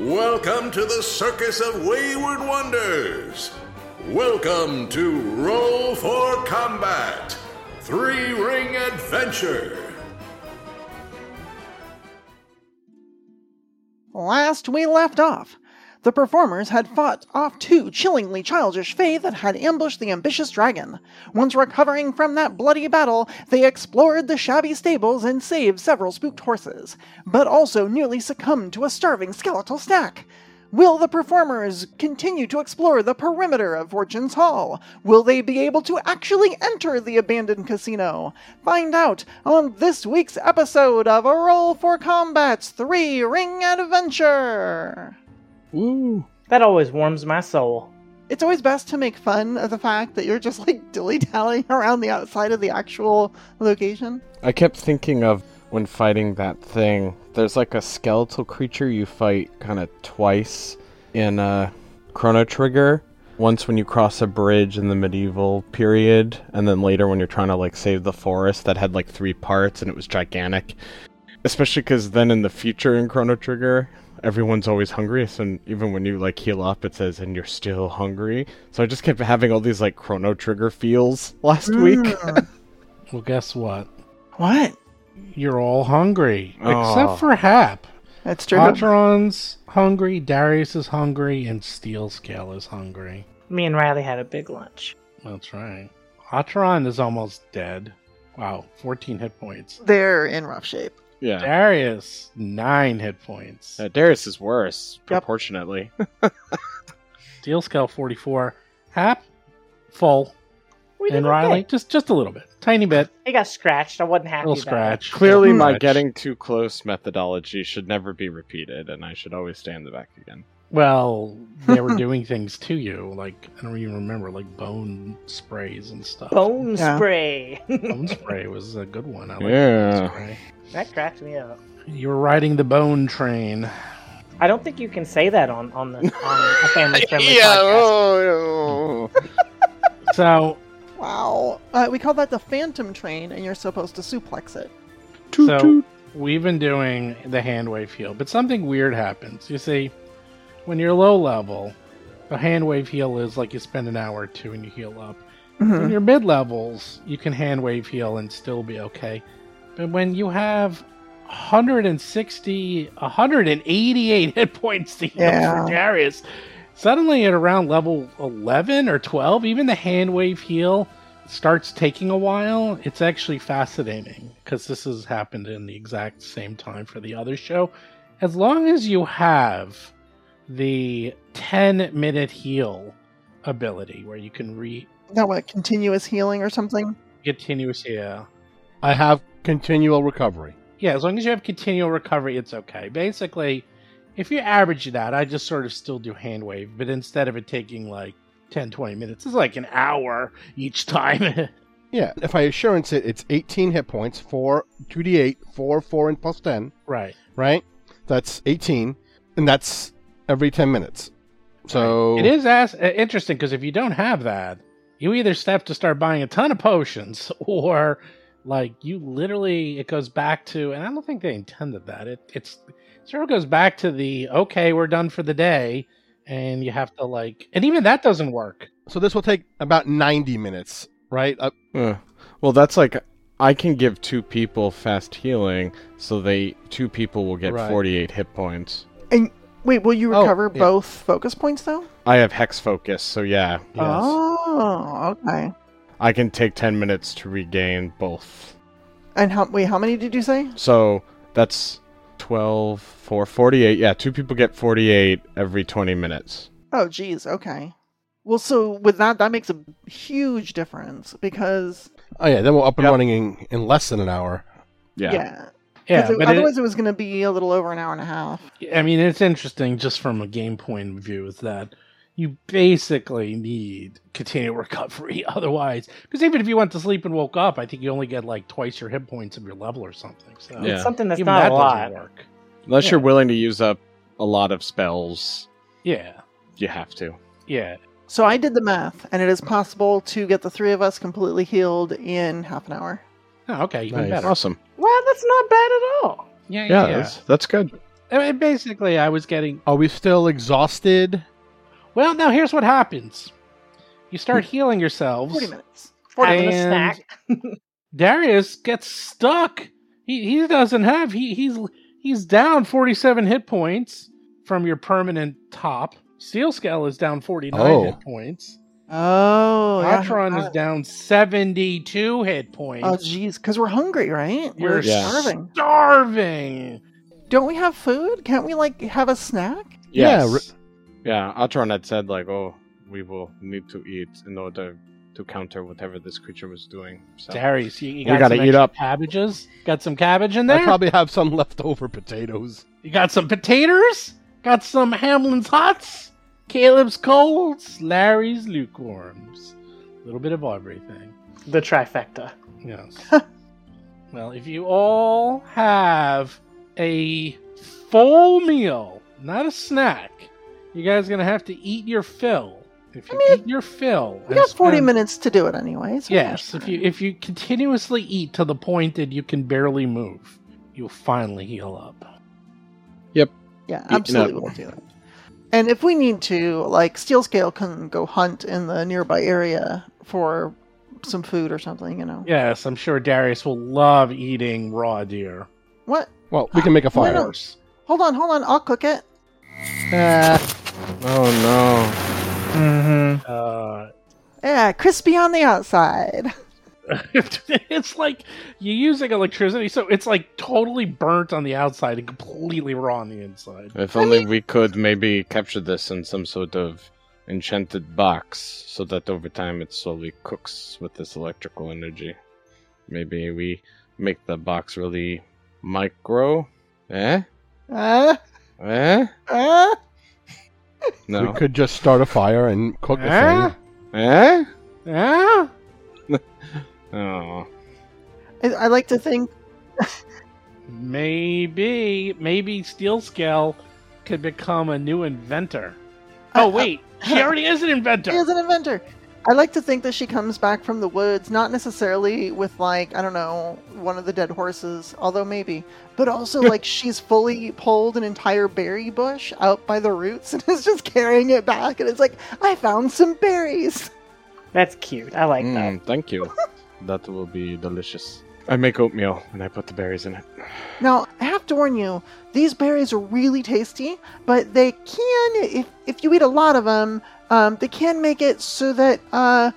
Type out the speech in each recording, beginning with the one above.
Welcome to the Circus of Wayward Wonders. Welcome to Roll for Combat Three Ring Adventure. Last we left off, the performers had fought off two chillingly childish fae that had ambushed the ambitious dragon. Once recovering from that bloody battle, they explored the shabby stables and saved several spooked horses, but also nearly succumbed to a starving skeletal snack. Will the performers continue to explore the perimeter of Fortune's Hall? Will they be able to actually enter the abandoned casino? Find out on this week's episode of A Roll for Combat's Three Ring Adventure! Woo! That always warms my soul. It's always best to make fun of the fact that you're just like dilly dallying around the outside of the actual location. I kept thinking of when fighting that thing. There's like a skeletal creature you fight kind of twice in uh, Chrono Trigger. Once when you cross a bridge in the medieval period, and then later when you're trying to like save the forest that had like three parts and it was gigantic. Especially because then in the future in Chrono Trigger, everyone's always hungry. So n- even when you like heal up, it says, and you're still hungry. So I just kept having all these like Chrono Trigger feels last week. Well, guess what? What? You're all hungry, Aw. except for Hap. That's true. Patron's hungry, Darius is hungry, and Steel Scale is hungry. Me and Riley had a big lunch. That's right. Atron is almost dead. Wow, 14 hit points. They're in rough shape. yeah. Darius, 9 hit points. Uh, Darius is worse, proportionately. Steel Scale, 44. Hap, full. We did and Riley, just just a little bit. Tiny bit. Okay. It got scratched. I wasn't happy. Little about scratch. Clearly, Little my scratch. getting too close methodology should never be repeated, and I should always stay in the back again. Well, they were doing things to you. Like, I don't even remember, like bone sprays and stuff. It. Bone Yeah. spray. Bone spray was a good one. I like Yeah. bone spray. that cracked me up. You were riding the bone train. I don't think you can say that on on the on a family friendly podcast. oh, So, Wow. Uh, we call that the Phantom Train, and you're supposed to suplex it. Toot so toot. we've been doing the hand wave heal, but something weird happens. You see, when you're low level, the hand wave heal is like you spend an hour or two and you heal up. Mm-hmm. When you're mid levels, you can hand wave heal and still be okay. But when you have 160, 188 hit points to heal Yeah. for Darius, suddenly at around level 11 or 12, even the hand wave heal starts taking a while. It's actually fascinating because this has happened in the exact same time for the other show. As long as you have the 10 minute heal ability where you can re Now, what? Continuous healing or something? continuous yeah I have continual recovery. yeah as long as you have continual recovery it's okay basically if you average it out i just sort of still do hand wave but instead of it taking like 10 20 minutes it's like an hour each time Yeah, if I assurance it, it's 18 hit points, 4, 2d8, 4, 4, and plus 10, right right? That's 18, and that's every 10 minutes. So, it is as uh, interesting because if you don't have that you either have to start buying a ton of potions or like you literally it goes back to and i don't think they intended that it it's sort of goes back to the okay we're done for the day and you have to like and even that doesn't work so this will take about 90 minutes, right? Uh, Uh, well, that's like I can give two people fast healing, so they two people will get Right. 48 hit points. Wait, will you Oh, recover yeah. both focus points, though? I have hex focus, so yeah, Oh, okay. I can take 10 minutes to regain both. And how, wait, how many did you say? So that's 12 for 48. Yeah, two people get 48 every 20 minutes. Oh, geez. Okay. Well, so with that, that makes a huge difference because oh, yeah, then we're up and Yep. running in, in less than an hour. Yeah. yeah, yeah 'Cause it- but it- otherwise it, was going to be a little over an hour and a half. I mean, it's interesting just from a game point of view is that you basically need continual recovery otherwise. Because even if you went to sleep and woke up, I think you only get like twice your hit points of your level or something. So Yeah. It's something that's even not that a lot. doesn't work. Unless Yeah. you're willing to use up a lot of spells, Yeah, you have to. yeah. So I did the math, and it is possible to get the three of us completely healed in half an hour. Oh, okay, even Nice. better. Awesome. Wow, that's not bad at all. Yeah, Yeah, yeah. yeah. That's, that's good. I mean, basically, I was getting Are we still exhausted? Well, now here's what happens. You Hmm. start healing yourselves. 40 minutes. 40 Having a And- snack. Darius gets stuck. He he doesn't have he he's he's down 47 hit points from your permanent top. Steel Scale is down 49 Oh. hit points. Oh, yeah. Atron is down 72 hit points. Oh, geez, because we're hungry, right? You're We're Yeah. starving. Starving. Don't we have food? Can't we like have a snack? Yeah, Yes. Yeah, Atron had said like, "Oh, we will need to eat in order to counter whatever this creature was doing." So Darius, you, you We got gotta some eat extra up. cabbages. Got some cabbage in I there. probably have some leftover potatoes. You got some potatoes. Got some Hamlin's hots. Caleb's colds. Larry's lukewarms. A little bit of everything. The trifecta. Yes. well, if you all have a full meal, not a snack, you guys are gonna have to eat your fill. If you I mean, eat your fill, We got 40 minutes. minutes to do it anyway. so Yes, sure. if you if you continuously eat to the point that you can barely move, you'll finally heal up. Yeah, know- absolutely, we'll do that. And if we need to, like, Steel Scale can go hunt in the nearby area for some food or something, you know. Yes, I'm sure Darius will love eating raw deer. What? Well, we can make a Why fire. not? Hold on, hold on. I'll cook it. Oh Mm-hmm. Uh, Yeah, crispy on the outside. it's like you're using electricity, so it's like totally burnt on the outside and completely raw on the inside. no! If only we could maybe capture this in some sort of enchanted box, so that over time it slowly cooks with this electrical energy. Maybe we make the box really micro. Eh? Uh, Eh? uh. No. We could just start a fire and cook the Eh? thing. Eh? Yeah, Oh. I, I like to think. maybe maybe Steel Scale could become a new inventor. Oh wait, she already is an inventor. She is an inventor. I like to think that she comes back from the woods, not necessarily with like I don't know one of the dead horses, although maybe, but also like she's fully pulled an entire berry bush out by the roots and is just carrying it back, and it's like I found some berries. That's cute. I like that. Mm, thank you. that will be delicious. I make oatmeal and I put the berries in it. Now I have to warn you, these berries are really tasty, but they can if if you eat a lot of them, um, they can make it so that uh,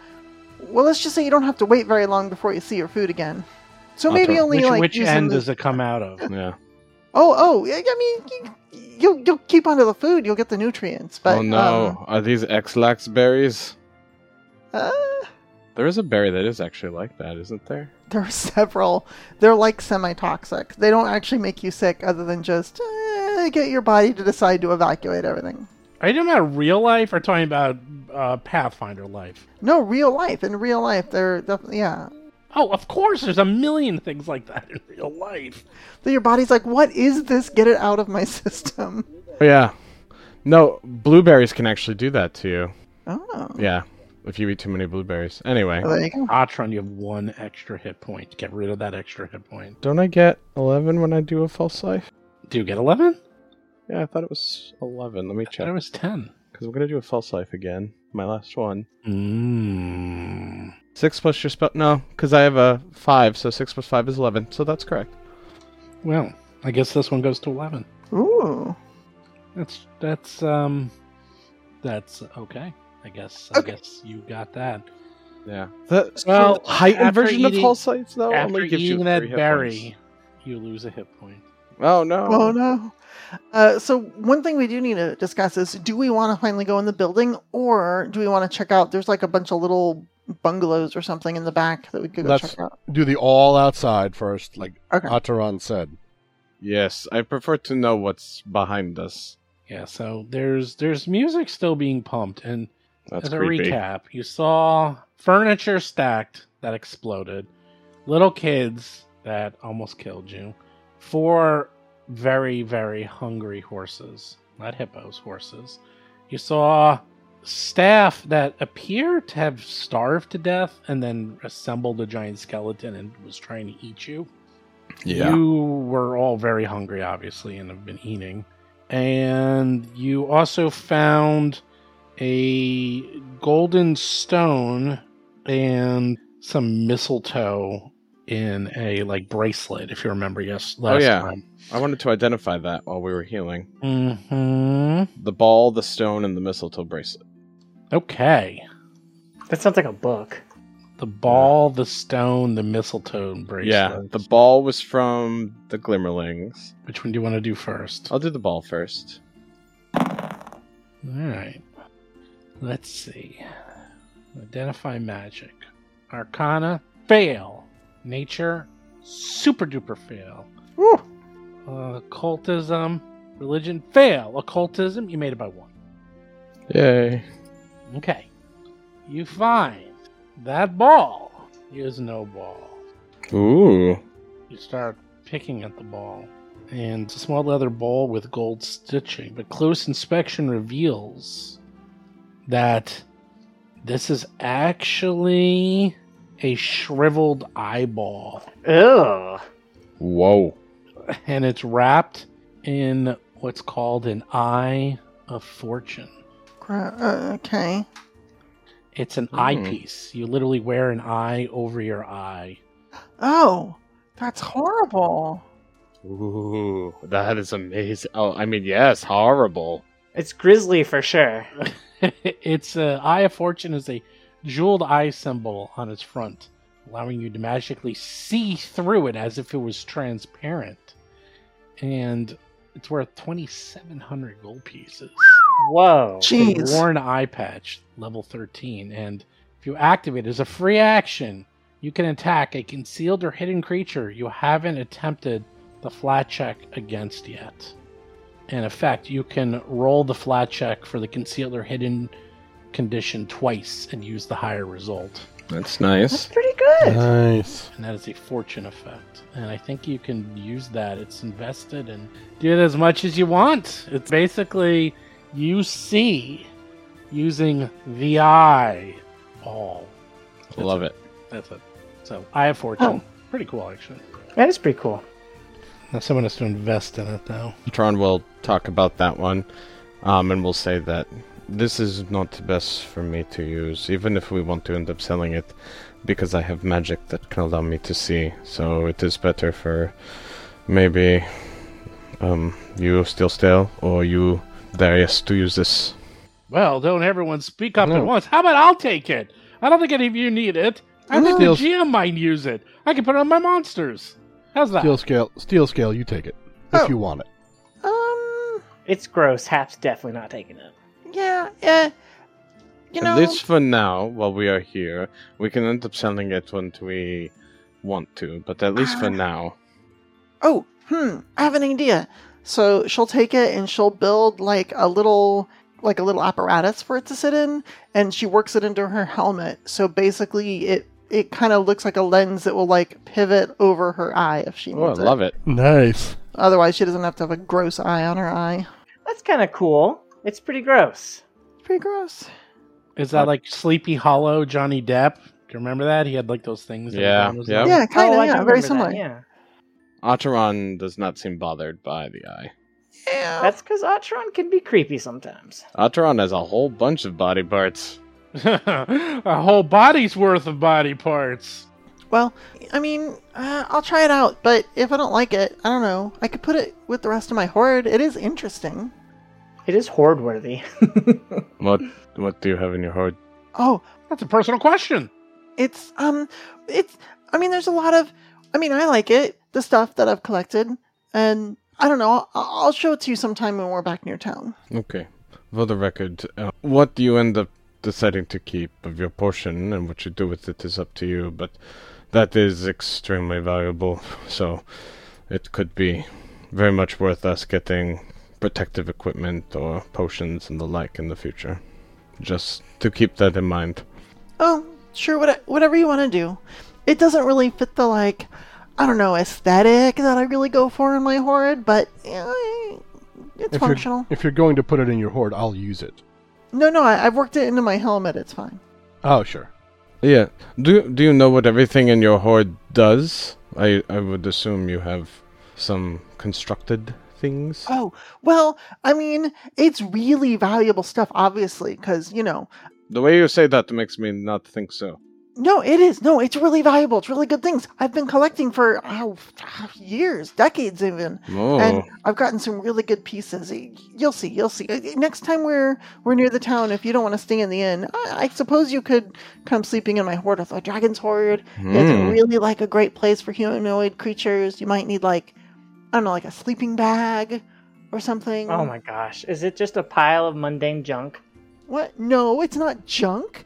well, let's just say you don't have to wait very long before you see your food again. So Not maybe true. only which like which use them end as- does it come out of? Yeah. Oh, oh, yeah, I mean, you, you'll you'll keep onto the food, you'll get the nutrients, but oh no, um, are these X-lax berries? um, uh, There is a berry that is actually like that, isn't there? there are several. They're like semi-toxic. They don't actually make you sick, other than just eh, get your body to decide to evacuate everything. Are you talking about real life or talking about uh, Pathfinder life? No, real life. In real life, they're definitely yeah. Oh, of course, there's a million things like that in real life. That your body's like, what is this? Get it out of my system. Oh, Yeah. No, blueberries can actually do that to you. Oh, Yeah. If you eat too many blueberries. Anyway. Well, there you go. Atron, you have one extra hit point. Get rid of that extra hit point. Don't I get eleven when I do a false life? Do you get 11? Yeah, I thought it was eleven. Let me I thought it check. was 10. Because I'm gonna do a false life again. My last one. Mmm. Six plus your spell no, because I have a five, so six plus five is eleven, so that's correct. Well, I guess this one goes to 11. Ooh, That's, that's, um, that's okay. I guess, I guess you got that. Yeah. The Well, well, heightened after version eating- of false life though After only gives eating you that three hit berry, you lose a hit point. points. Oh no. oh no. Uh, so one thing we do need to discuss is: do we want to finally go in the building, or do we want to check out? There's like a bunch of little bungalows or something in the back that we could go That's- check out. Do the all outside first, like Okay. Ataran said. Yes, I prefer to know what's behind us. Yeah, so there's there's music still being pumped, and That's as a creepy. recap, you saw furniture stacked that exploded, little kids that almost killed you, four very very hungry horses, not hippos, horses. You saw staff that appeared to have starved to death and then assembled a giant skeleton and was trying to eat you. Yeah. You were all very hungry, obviously, and have been eating. And you also found a golden stone and some mistletoe in a like bracelet, if you remember. Yes. Last Oh, yeah. Time. I wanted to identify that while we were healing. Hmm. The ball, the stone, and the mistletoe bracelet. Okay. That sounds like a book. The ball, the stone, the mistletoe and bracelet. Yeah. The ball was from the Glimmerlings. Which one do you want to do first? I'll do the ball first. All right. Let's see. Identify magic. Arcana, fail. Nature, super duper fail. Woo. Uh, occultism, religion, fail. Occultism, you made it by one. Yay. Okay. You find that ball is no ball. Ooh. You start picking at the ball, and it's a small leather bowl with gold stitching. But close inspection reveals that this is actually a shriveled eyeball, Ugh. Whoa. and it's wrapped in what's called an eye of fortune. Gra- uh, Okay. It's an Hmm. eyepiece. You literally wear an eye over your eye. Oh, that's horrible. Ooh. That is amazing. Oh, I mean, yes, horrible. It's grisly for sure. it's a eye of fortune is a jeweled eye symbol on its front, allowing you to magically see through it as if it was transparent. And it's worth twenty seven hundred gold pieces. Whoa. It's a Jeez. worn eye patch, level thirteen, and if you activate it as a free action, you can attack a concealed or hidden creature you haven't attempted the flat check against yet. In effect, you can roll the flat check for the concealed or hidden condition twice and use the higher result. That's That's nice. pretty good. Nice. And that is a fortune effect. And I think you can use that. It's invested and do it as much as you want. It's basically you see using the eye ball. Love it. That's it. So I have fortune. Pretty cool actually. That is pretty cool. Oh. Now someone has to invest in it though. Tron will talk about that one, um, and we'll say that this is not the best for me to use, even if we want to end up selling it, because I have magic that can allow me to see. So it is better for maybe um, you still stale or you Darius to use this. Well, don't everyone speak up No. at once. How about I'll take it? I don't think any of you need it. I think the Steals- GM might use it. I can put it on my monsters. How's that? Steel scale. Steel scale. You take it if Oh. you want it. Um. It's gross. Hap's definitely not taking it. Yeah. Uh, you know. At least for now, while we are here, we can end up selling it when we want to. But at least for Ah. now, Oh, hmm. I have an idea. So she'll take it and she'll build like a little like a little apparatus for it to sit in, and she works it into her helmet. So basically, it it kind of looks like a lens that will like pivot over her eye if she needs oh, I love it. Nice. Otherwise, she doesn't have to have a gross eye on her eye. That's kind of cool. It's pretty gross. Pretty gross. Is that like Sleepy Hollow, Johnny Depp? Do you remember that? He had like those things. that Yeah, were on his yeah. nose. yeah, kind Oh, of. I yeah, do very remember that, similar. yeah. Acheron does not seem bothered by the eye. Yeah. That's because Atron can be creepy sometimes. Acheron has a whole bunch of body parts. A whole body's worth of body parts. Well, I mean, uh, I'll try it out, but if I don't like it, I don't know. I could put it with the rest of my horde. It is interesting. It is horde worthy. What what do you have in your hoard? Oh, That's a personal question. it's um it's i mean there's a lot of i mean i like it the stuff that i've collected and i don't know i'll, I'll show it to you sometime when we're back near town Okay, for the record, uh, what do you end up deciding to keep of your portion and what you do with it is up to you, but that is extremely valuable, so it could be very much worth us getting protective equipment or potions and the like in the future. Just to keep that in mind. oh sure what, whatever you want to do it doesn't really fit the like i don't know aesthetic that i really go for in my horde but eh, it's If functional You're, if you're going to put it in your hoard, I'll use it. no no I, i've worked it into my helmet it's fine Oh, sure. Yeah. Do Do you know what everything in your horde does? I I would assume you have some constructed things. Oh, well, I mean, it's really valuable stuff, obviously, because, you know, The way you say that makes me not think so. no, it is. No, it's really valuable. It's really good things. I've been collecting for oh, years, decades, even. Oh. And I've gotten some really good pieces. Y- You'll see, you'll see. Uh, Next time we're we're near the town, if you don't want to stay in the inn, I, I suppose you could come sleeping in my horde of the dragon's horde. Hmm. It's really like a great place for humanoid creatures. You might need like I don't know, like a sleeping bag or something. Oh my gosh, is it just a pile of mundane junk? What? No, it's not junk.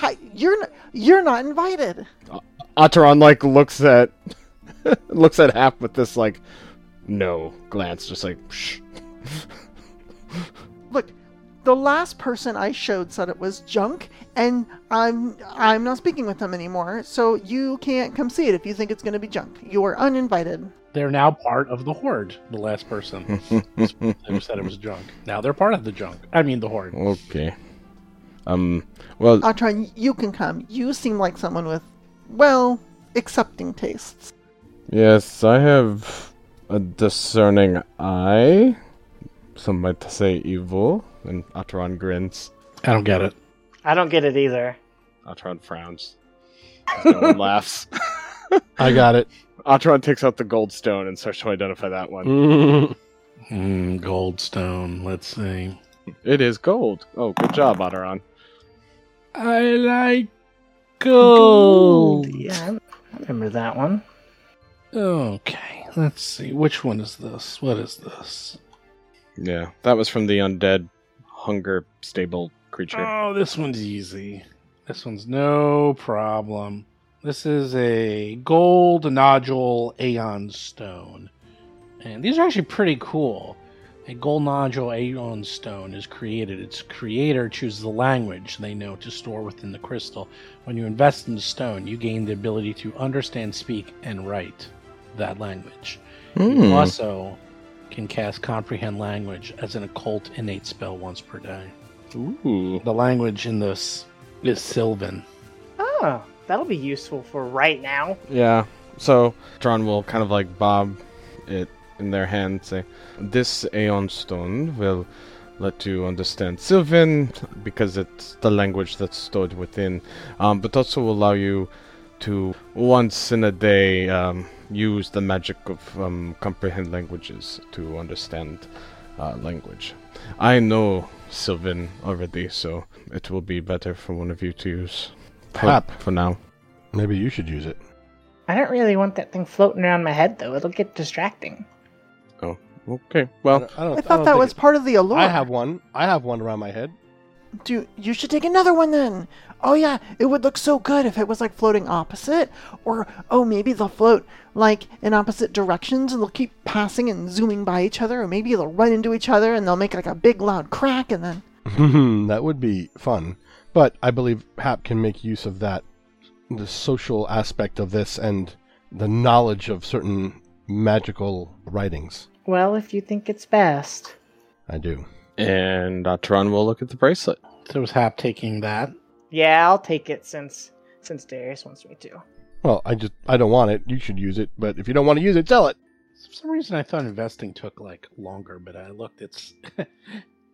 Hi, you're not, you're not invited. Ataran like looks at looks at Hap with this like no glance, just like Shh. Look, the last person I showed said it was junk, and I'm I'm not speaking with them anymore. So you can't come see it if you think it's going to be junk. You are uninvited. They're now part of the horde. The last person who said it was junk. Now they're part of the junk. I mean the horde. okay. Um. Well, Atron, you can come. You seem like someone with, well, accepting tastes. yes, I have a discerning eye. Some might say evil. And Ataran grins. I don't get it. I don't get it either. Atron frowns. No one laughs. I got it. Atron takes out the gold stone and starts to identify that one. Mm, Goldstone. Let's see. It is gold. Oh, good job, Ataran. I like gold. Yeah, I remember that one. Okay, let's see. Which one is this? What is this? Yeah, that was from the undead hunger stable creature. Oh, this one's easy. This one's no problem. This is a gold nodule Aeon Stone. And these are actually pretty cool. A gold nodule Aeon Stone is created. Its creator chooses the language they know to store within the crystal. When you invest in the stone, you gain the ability to understand, speak, and write that language. You also can cast Comprehend Language as an occult innate spell once per day. Ooh. The language in this is Sylvan. Oh, that'll be useful for right now. Yeah. So Tron will kind of like bob it in their hand, say, "This Aeon Stone will let you understand Sylvan because it's the language that's stored within, um, but also will allow you to once in a day um, use the magic of um, comprehend languages to understand uh, language. I know Sylvan already, so it will be better for one of you to use for- Hap. for now." Maybe you should use it. I don't really want that thing floating around my head though. It'll get distracting. Oh, okay. Well, I thought that was part of the allure. I have one. I have one around my head. Do you should take another one then? Oh yeah, it would look so good if it was like floating opposite, or oh maybe they'll float like in opposite directions and they'll keep passing and zooming by each other, or maybe they'll run into each other and they'll make like a big loud crack and then. that would be fun. But I believe Hap can make use of that, the social aspect of this, and the knowledge of certain magical writings. Well, if you think it's best. I do. and Atron will look at the bracelet. So was Hap taking that? Yeah, I'll take it since since Darius wants me to. Well, I just I don't want it. You should use it. But if you don't want to use it, sell it. For some reason, I thought investing took like longer, but I looked. It's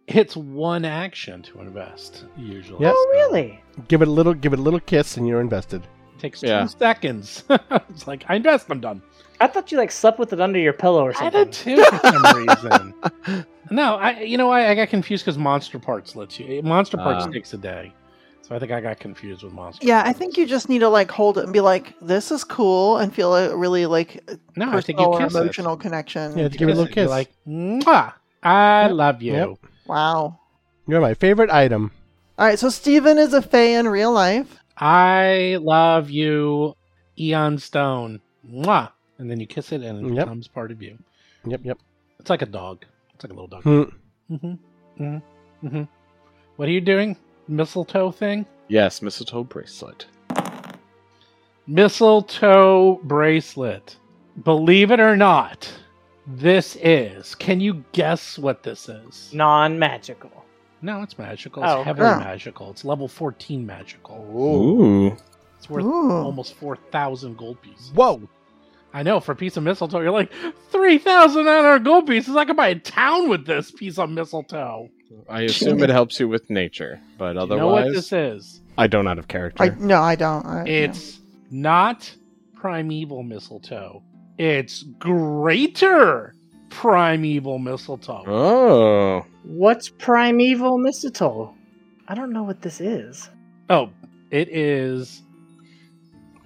it's one action to invest usually. Yes. Oh, really? Give it a little. Give it a little kiss, and you're invested. It takes Yeah. two seconds. it's like I invest, I'm done. I thought you like slept with it under your pillow or I something. did too for some reason. No, I you know I, I got confused because Monster Parts lets you. eh, Monster Parts Ah. takes a day, so I think I got confused with Monster. Yeah, I Parts. think you just need to like hold it and be like, this is cool, and feel a really like no, I think personal you or kiss it. emotional connection. Yeah, You give it a little it, you're kiss. like Mwah, I love you. Yep. Wow. You're my favorite item. All right, so Steven is a fae in real life. I love you, Eon Stone. Mwah. And then you kiss it and it Yep. becomes part of you. Yep, yep. It's like a dog. It's like a little dog. Hmm. Mm-hmm. Mm-hmm. Mm-hmm. What are you doing? Mistletoe thing? Yes, mistletoe bracelet. Mistletoe bracelet. Believe it or not, this is. Can you guess what this is? Non magical. No, it's magical. It's Oh. heavily Oh. magical. It's level 14 magical. Ooh. It's worth Ooh. almost 4,000 gold pieces. Whoa! I know, for a piece of mistletoe, you're like, 3,900 gold pieces? I could buy a town with this piece of mistletoe. I assume it helps you with nature, but Do otherwise, you know what this is? I don't out of I character. no, I don't. I, no. It's not primeval mistletoe. It's greater primeval mistletoe. Oh, What's primeval mistletoe? I don't know what this is. Oh, it is.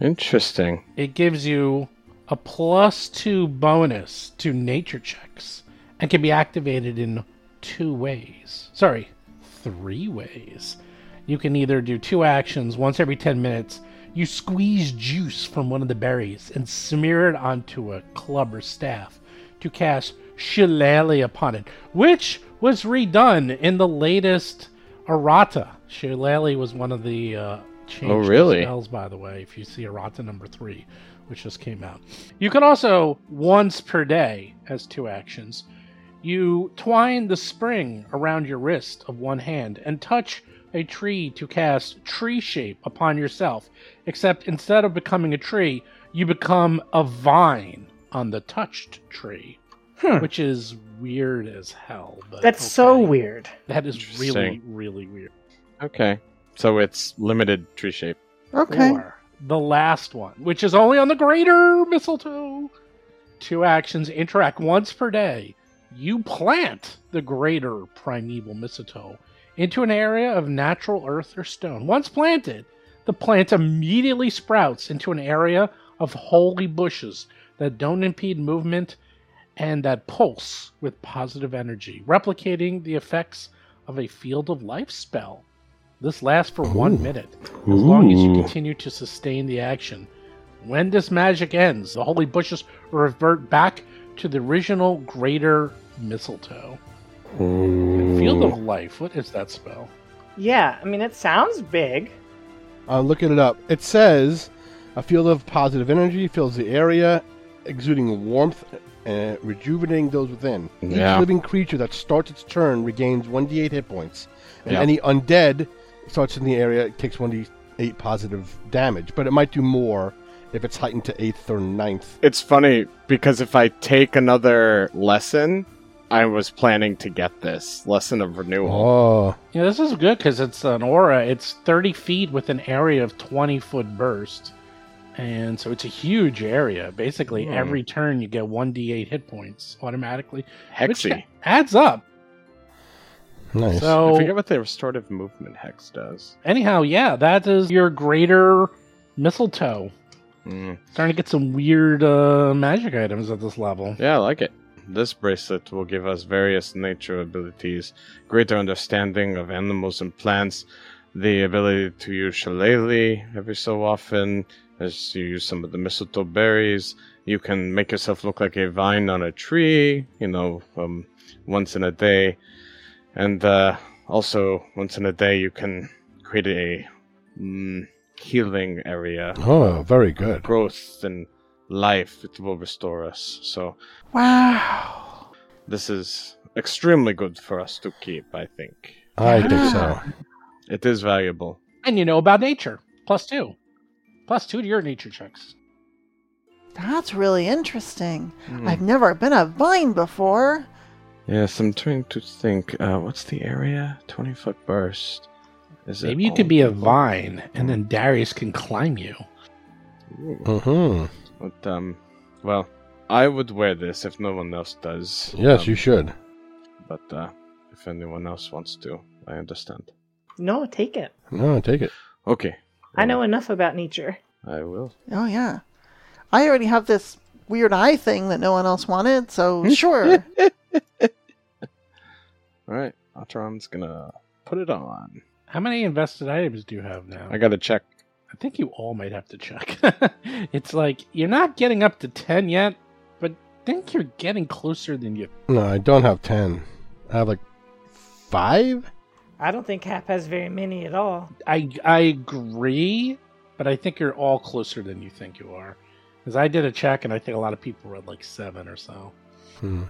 interesting. It gives you a plus two bonus to nature checks and can be activated in two ways. Sorry, three ways. You can either do two actions once every 10 minutes. You squeeze juice from one of the berries and smear it onto a club or staff to cast Shillelagh upon it, which was redone in the latest errata. Shillelagh was one of the uh, changed really? spells, by the way, if you see errata number three, which just came out. You can also, once per day, as two actions, you twine the spring around your wrist of one hand and touch a tree to cast tree shape upon yourself, except instead of becoming a tree, you become a vine on the touched tree, Hmm. which is weird as hell. But That's so okay. weird. That is really, Interesting. really weird. Okay, so it's limited tree shape. okay. Or the last one, which is only on the greater mistletoe. Two actions interact once per day. You plant the greater primeval mistletoe into an area of natural earth or stone. Once planted, the plant immediately sprouts into an area of holy bushes that don't impede movement and that pulse with positive energy, replicating the effects of a field of life spell. This lasts for Ooh. one minute, as long as you continue to sustain the action. When this magic ends, the holy bushes revert back to the original greater mistletoe. Field of life, what is that spell? Yeah, I mean, it sounds big. I'm looking Uh, it up. It says a field of positive energy fills the area, exuding warmth and rejuvenating those within. Yeah. Each living creature that starts its turn regains 1d8 hit points, and Yeah. any undead starts in the area takes 1d8 positive damage, but it might do more if it's heightened to eighth or ninth. It's funny because if I take another lesson, I was planning to get this lesson of renewal. Oh, Yeah, this is good because it's an aura. It's 30 feet with an area of 20 foot burst. And so it's a huge area. Basically, Hmm. every turn you get 1d8 hit points automatically. Oh. which Hexy. adds up. nice. I So, forget what the restorative movement hex does. anyhow, yeah, that is your greater mistletoe. Mm. Starting to get some weird uh, magic items at this level. Yeah, I like it. This bracelet will give us various nature abilities, greater understanding of animals and plants, the ability to use shillelagh every so often, as you use some of the mistletoe berries. You can make yourself look like a vine on a tree, you know, um, once in a day. And uh, also, once in a day, you can create a mm, healing area oh, very good. growth and life it will restore us so Wow. this is extremely good for us to keep i think I think so. it is valuable And you know about nature. Plus two. Plus two to your nature checks. That's really interesting. I've never been a vine before. yes i'm trying to think uh, what's the area 20 foot burst is Maybe you could be a vine, and then Darius can climb you. Ooh. hmm but um well i would wear this if no one else does Yes, Um, you should. but uh if anyone else wants to i understand No, take it. No, take it. okay I know enough about nature. i will Oh yeah. I already have this weird eye thing that no one else wanted, so sure. all right Atram's gonna put it on How many invested items do you have now? i gotta check I think you all might have to check. it's like you're not getting up to 10 yet, but I think you're getting closer than you. No, I don't have 10. I have like five? I don't think Hap has very many at all. I I agree, but I think you're all closer than you think you are. Cuz I did a check and I think a lot of people were at like 7 or so. Hmm.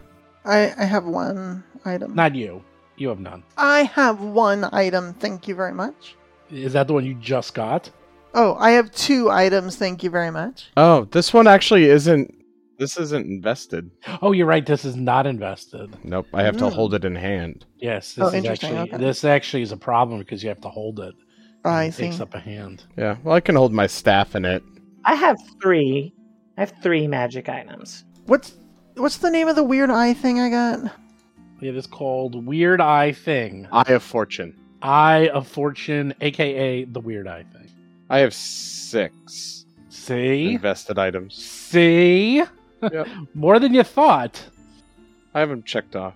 I, I have one item. Not you. You have none. I have one item, thank you very much. Is that the one you just got? Oh, I have two items. Thank you very much. Oh, this one actually isn't. This isn't invested. Oh, you're right. This is not invested. Nope, I have to hold it in hand. Yes, Oh, this is interesting, actually okay. Oh, this actually is a problem because you have to hold it. I it see. Takes up a hand. Yeah, well, I can hold my staff in it. I have three. I have three magic items. What's what's the name of the weird eye thing I got? It is called Weird Eye Thing. Eye of Fortune. Eye of Fortune, aka the Weird Eye Thing. I have six See, invested items. see, Yep. more than you thought. I have them checked off.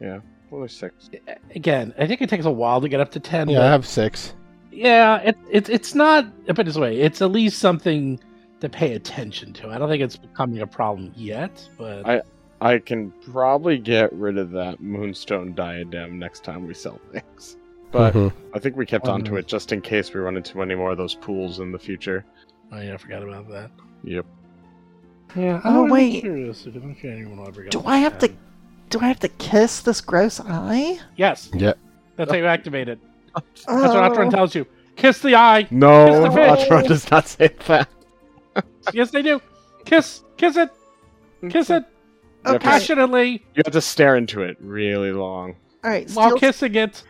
Yeah, well, there's six. Again, I think it takes a while to get up to ten. Yeah, but- I have six. yeah. It, it, it's not. Put it this way, it's at least something to pay attention to. I don't think it's becoming a problem yet, but I- I can probably get rid of that moonstone diadem next time we sell things. But Mhm. I think we kept Oh, onto no. it just in case we run into any more of those pools in the future. oh yeah, I forgot about that. Yep. Yeah. I Oh, would've been wait. Curious if, I don't care anyone ever Do I have to? Do I have to kiss this gross eye? Yes. Yeah. That's how you activate it. That's what Atron tells you. Kiss the eye. No, It's the fish. Atron does not say that. yes, they do. Kiss. Kiss it. Kiss it Oh, Okay. passion- passionately You have to stare into it really long. All right. Steel, while kissing it.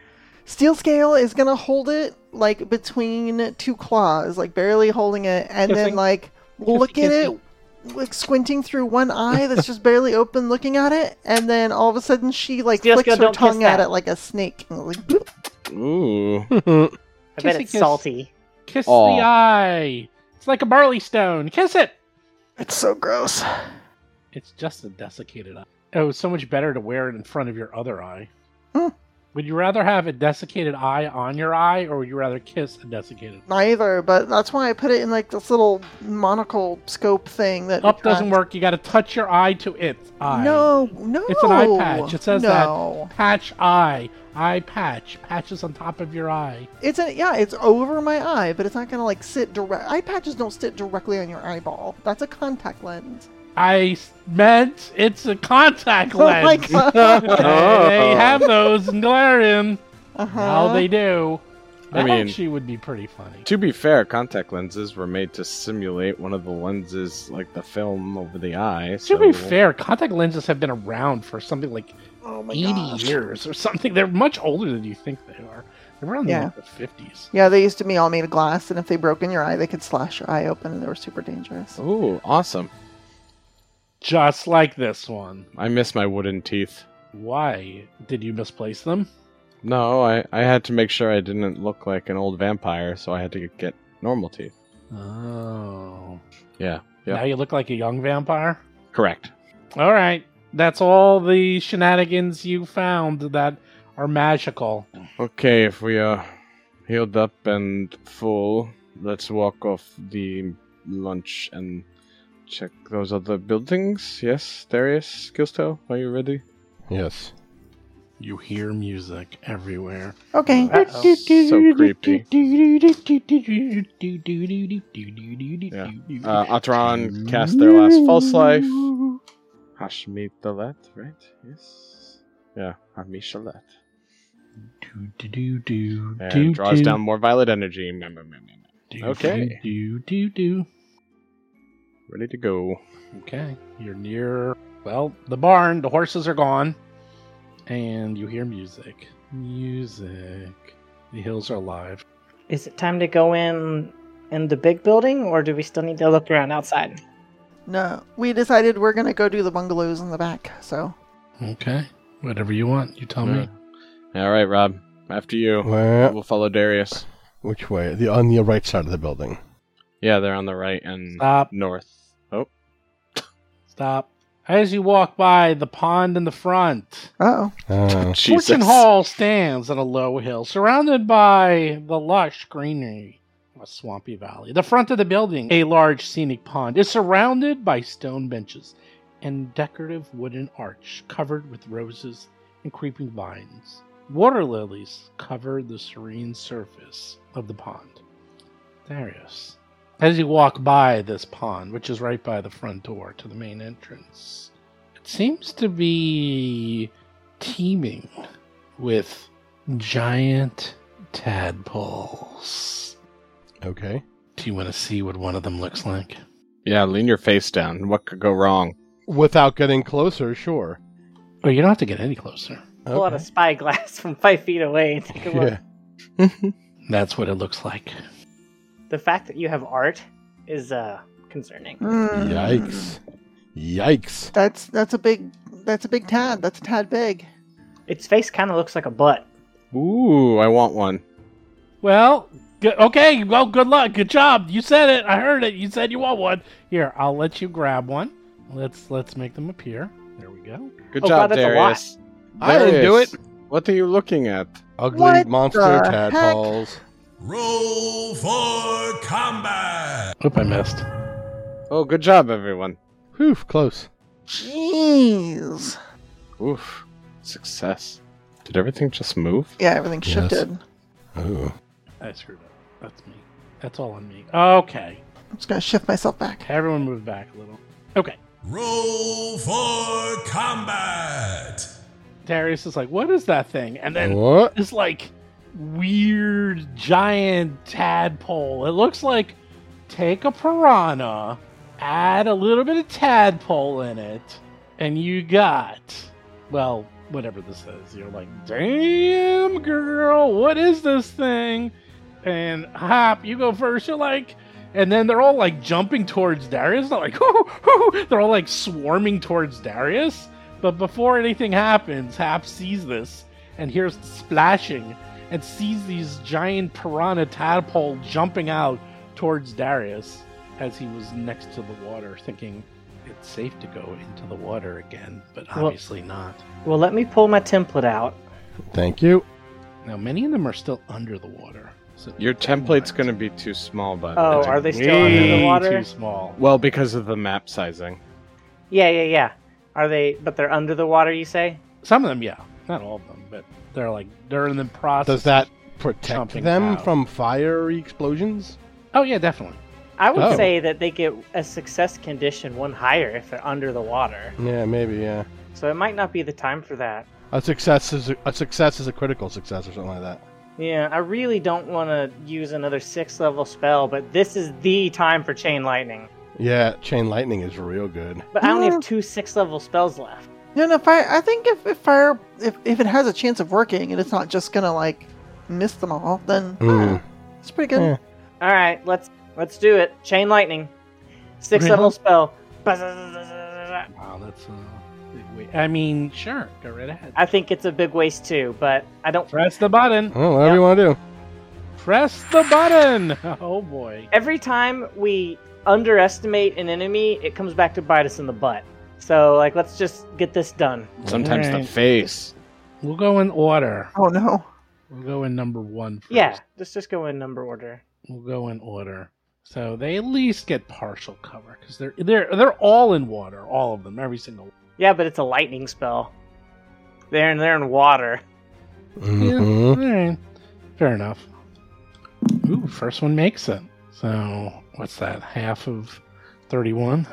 Steel Scale is gonna hold it like between two claws, like barely holding it, and then Kissing. like look at kissing. it, like squinting through one eye that's just barely open, looking at it, and then all of a sudden she like Steel flicks Scale, her don't kiss tongue at that. it like a snake. and, like, boop. Ooh. I bet Kissy it's kiss. salty. Kiss Aw. the eye. It's like a barley stone. Kiss it. it's so gross. It's just a desiccated eye. It was so much better to wear it in front of your other eye. Hmm. Would you rather have a desiccated eye on your eye, or would you rather kiss a desiccated? Neither, but that's why I put it in like this little monocle scope thing that Up doesn't attracts- work. You got to touch your eye to its eye. No, no. It's an eye patch. It says that. no. Patch eye. Eye patch. Patches on top of your eye. It's a yeah. It's over my eye, but it's not gonna like sit direct. Eye patches don't sit directly on your eyeball. That's a contact lens. I s- meant it's a contact Oh my lens. god. They- They have those in Galarian. Uh-huh. Now they do. I That mean- actually would be pretty funny. To be fair, contact lenses were made to simulate one of the lenses, like the film over the eye. To be so- fair, contact lenses have been around for something like Oh my 80 gosh. years or something. They're much older than you think they are. They're around Yeah. like the 50s. Yeah, they used to be all made of glass, and if they broke in your eye, they could slash your eye open, and they were super dangerous. Ooh, awesome. Just like this one. I miss my wooden teeth. Why did you misplace them? No, I, I had to make sure I didn't look like an old vampire, so I had to get normal teeth. Oh. Yeah. Yep. Now you look like a young vampire? Correct. All right. That's all the shenanigans you found that are magical. Okay, if we are healed up and full, let's walk off the lunch and check those other buildings. Yes, Darius, Skillstow, are you ready? Yes. You hear music everywhere. Okay. Uh-oh. So creepy. Uh, Atron cast their last false life. Hashmi Dalet, right? Yes. Yeah, Hashmi Shalet. And draws down more violet energy. Mm, mm, mm, mm. Okay. Do, do, do. Ready to go. Okay. You're near, well, the barn. The horses are gone. And you hear music. Music. The hills are alive. Is it time to go in in the big building, or do we still need to look around outside? No, we decided we're gonna go do the bungalows in the back. So Okay. Whatever you want, you tell me. Hmm. Yeah. All right, Rob. After Oh. you. Where? We'll follow Darius. Which way? The on the right side of the building. Yeah, they're on the right and Stop. north. Oh, Stop. As you walk by the pond in the front, Uh-oh. Uh, Fortune Hall stands on a low hill surrounded by the lush greenery of a swampy valley. The front of the building, a large scenic pond, is surrounded by stone benches and decorative wooden arch covered with roses and creeping vines. Water lilies cover the serene surface of the pond. Darius, as you walk by this pond, which is right by the front door to the main entrance, it seems to be teeming with giant tadpoles. okay. Do you want to see what one of them looks like? Yeah, lean your face down. What could go wrong? Without getting closer, sure. Oh, you don't have to get any closer. Pull out a spyglass from five feet away and take a look. Yeah. That's what it looks like. The fact that you have art is uh, concerning. Mm, Yikes. Yikes. That's that's a big that's a big tad. That's a tad big. Its face kind of looks like a butt. Ooh, I want one. Well, good, okay. Well, good luck. Good job. You said it. I heard it. You said you want one. Here, I'll let you grab one. Let's let's make them appear. There we go. Good Oh, job, God, that's a lot. Darius. Darius, What are you looking at? Ugly What monster the heck? tadpoles. Roll for combat. Oop, I missed. Oh, good job, everyone. Whew, close. Jeez. Oof. Success. Did everything just move? Yeah, everything Yes. shifted. Ooh. I screwed up. That's me. That's all on me. Okay. I'm just gonna shift myself back. Everyone move back a little. Okay. Roll for combat. Darius is like, what is that thing? And then What? this like weird giant tadpole. It looks like take a piranha, add a little bit of tadpole in it, and you got well, whatever this is. You're like, damn girl, what is this thing? And hop, you go first. You're like, and then they're all like jumping towards Darius. They're like, they're all like swarming towards Darius. But before anything happens, Hap sees this and hears splashing and sees these giant piranha tadpole jumping out towards Darius as he was next to the water, thinking it's safe to go into the water again, but Well- obviously not. Well, let me pull my template out. Thank you. Now, many of them are still under the water. So Your template's going to be too small, by the Oh, way. are they still under the Way water? Too small. Well, because of the map sizing. Yeah, yeah, yeah. Are they? But they're under the water. You say? Some of them, yeah, not all of them, but they're like they're in the process. Does that protect Jumping them out. from fiery explosions? Oh yeah, definitely. I would Oh. say that they get a success condition one higher if they're under the water. Yeah, maybe, yeah. So it might not be the time for that. A success is a, a success is a critical success or something like that. Yeah, I really don't want to use another sixth level spell, but this is the time for chain lightning. Yeah, chain lightning is real good. But I only Yeah. have two sixth level spells left. No, no, fire. I think if, if fire, if, if it has a chance of working and it's not just gonna like miss them all, then Hmm. Mm. ah, it's pretty good. Yeah. All right, let's let's do it. Chain lightning, sixth Really? level spell. Wow, that's a big weight. I mean, sure, go right ahead. I think it's a big waste too, but I don't. Press the button. Well, Oh, whatever you want to do. Press the button. Oh boy. Every time we underestimate an enemy, it comes back to bite us in the butt. So like, let's just get this done. Sometimes the Alright. face. We'll go in order. Oh no. We'll go in number one first. Yeah, let's just go in number order. We'll go in order. So they at least get partial cover because they're they're they're all in water. All of them, every single. one. Yeah, but it's a lightning spell. They're in, they're in water. Mm-hmm. Yeah, all right. Fair enough. Ooh, first one makes it. So what's that? Half of thirty-one.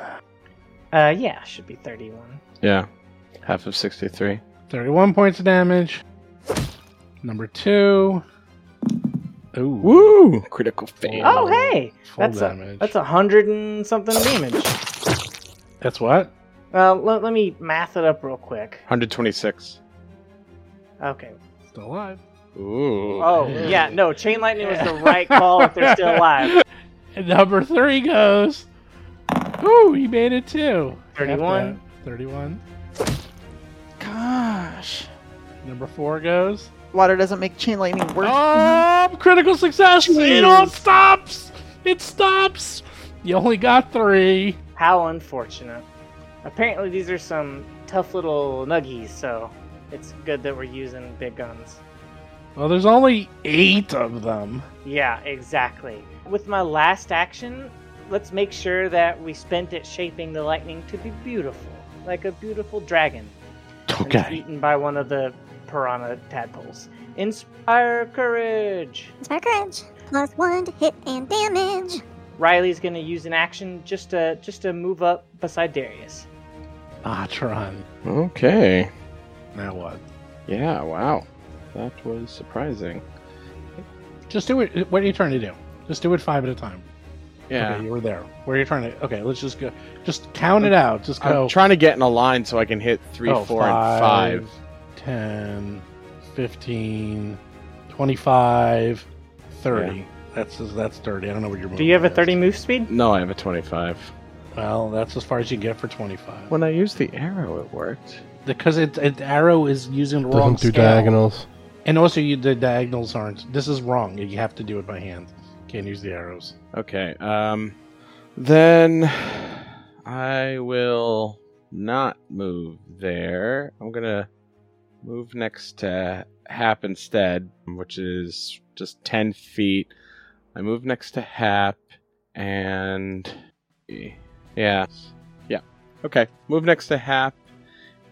Uh, yeah, should be 31. Yeah. Half of 63. 31 points of damage. Number two. Ooh. Woo! Critical fail. Oh, hey! Full That's a, damage. that's a hundred and something damage. That's what? Uh, let, let me math it up real quick. 126. Okay. Still alive. Ooh. Oh, Yeah. yeah, no, Chain Lightning was the right call if they're still alive. And number three goes. Ooh, you made it too. 31. Half that. 31. Gosh. Number four goes. Water doesn't make chain lightning work. Oh, critical success. It all stops. It stops. You only got three. How unfortunate. Apparently, these are some tough little nuggies, so it's good that we're using big guns. Well, there's only eight of them. Yeah, exactly. With my last action, let's make sure that we spent it shaping the lightning to be beautiful, like a beautiful dragon. and it's eaten by one of the piranha tadpoles. Inspire courage. Inspire courage. Plus one to hit and damage. Riley's gonna use an action just to just to move up beside Darius. Ah, Atron. Okay. Now what? Yeah, wow. That was surprising. Just do it. What are you trying to do? Just do it five at a time. Yeah. Okay, you were there. Where are you trying to? Okay, let's just go. Just count it out. Just I'm go. trying to get in a line so I can hit three, Oh, four, and five. 10, 15, 25, 30. That's that's 30. I don't know what you're Do you have a 30 move speed? No, I have a 25. Well, that's as far as you get for 25. When I used the arrow, it worked. Because it, it arrow is using the wrong Doesn't do scale. diagonals. And also, you, the diagonals aren't. This is wrong. You have to do it by hand. Can't use the arrows. Okay. Um, then I will not move there. I'm gonna move next to Hap instead, which is just ten feet. I move next to Hap, and yeah, yeah. Okay, move next to Hap.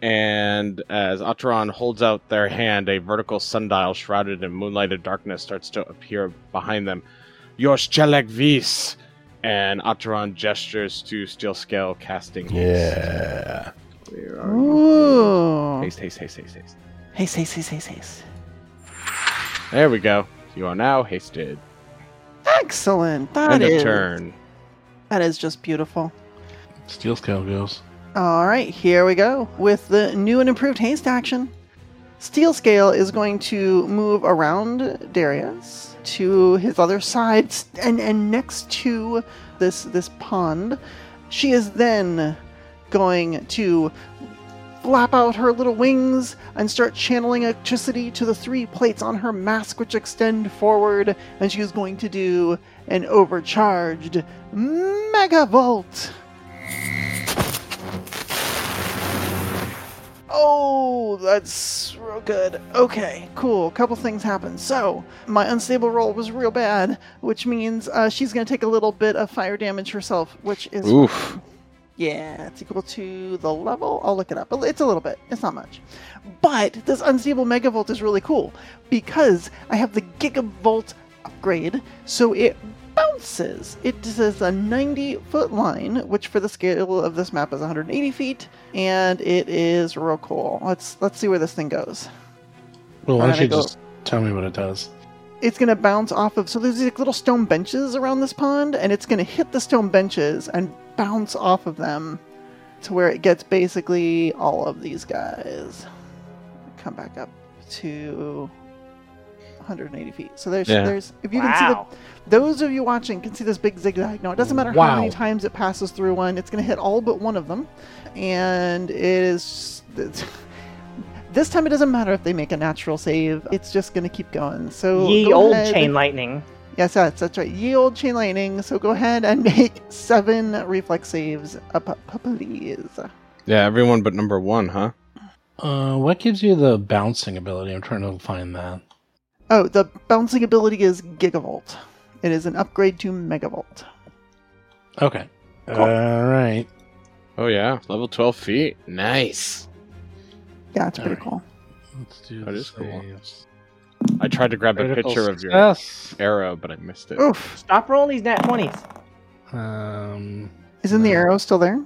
And as Atron holds out their hand, a vertical sundial shrouded in moonlighted darkness starts to appear behind them. Yoshchelek Vis. And Ataran gestures to Steel Scale casting haste. Yeah. Where Oh. are you? Ooh. Haste, haste, haste, haste, haste. Haste, haste, haste, haste, haste. There we go. You are now hasted. Excellent. That End is. of turn. That is just beautiful. Steel scale goes. All right, here we go with the new and improved haste action. Steel Scale is going to move around Darius to his other side s- and, and next to this this pond. She is then going to flap out her little wings and start channeling electricity to the three plates on her mask, which extend forward, and she is going to do an overcharged megavolt. Oh, that's real good. Okay, cool. Couple things happen. So, my unstable roll was real bad, which means uh, she's going to take a little bit of fire damage herself, which is Oof. yeah, it's equal to the level. I'll look it up. It's a little bit. It's not much. But this unstable megavolt is really cool because I have the gigavolt upgrade, so it bounces. It is a 90 foot line, which for the scale of this map is 180 feet, and it is real cool. Let's let's see where this thing goes. Well, why Alright, don't you I go. just tell me what it does? it's going to bounce off of. So there's these like, little stone benches around this pond, and it's going to hit the stone benches and bounce off of them to where it gets basically all of these guys. Come back up to 180 feet. So there's, Yeah. there's if you can see the Wow. those of you watching can see this big zigzag. Now, it doesn't matter how Wow. many times it passes through one, it's going to hit all but one of them. And it is. It's, this time, it doesn't matter if they make a natural save, it's just going to keep going. So, Ye Oh, go old ahead. chain lightning. Yes, that's, that's right. Ye old chain lightning. So, go ahead and make seven reflex saves, up, up, please. Yeah, everyone but number one, huh? Uh, what gives you the bouncing ability? I'm trying to find that. Oh, the bouncing ability is Gigavolt, it is an upgrade to Megavolt. Okay. All right. Oh yeah, level twelve feet. Nice. Yeah, it's pretty Alright. cool. Let's do That the is cool. saves. I tried to grab a Critical picture of your success. arrow, but I missed it. Oof. Stop rolling these nat 20s. Um, Isn't the No. arrow still there?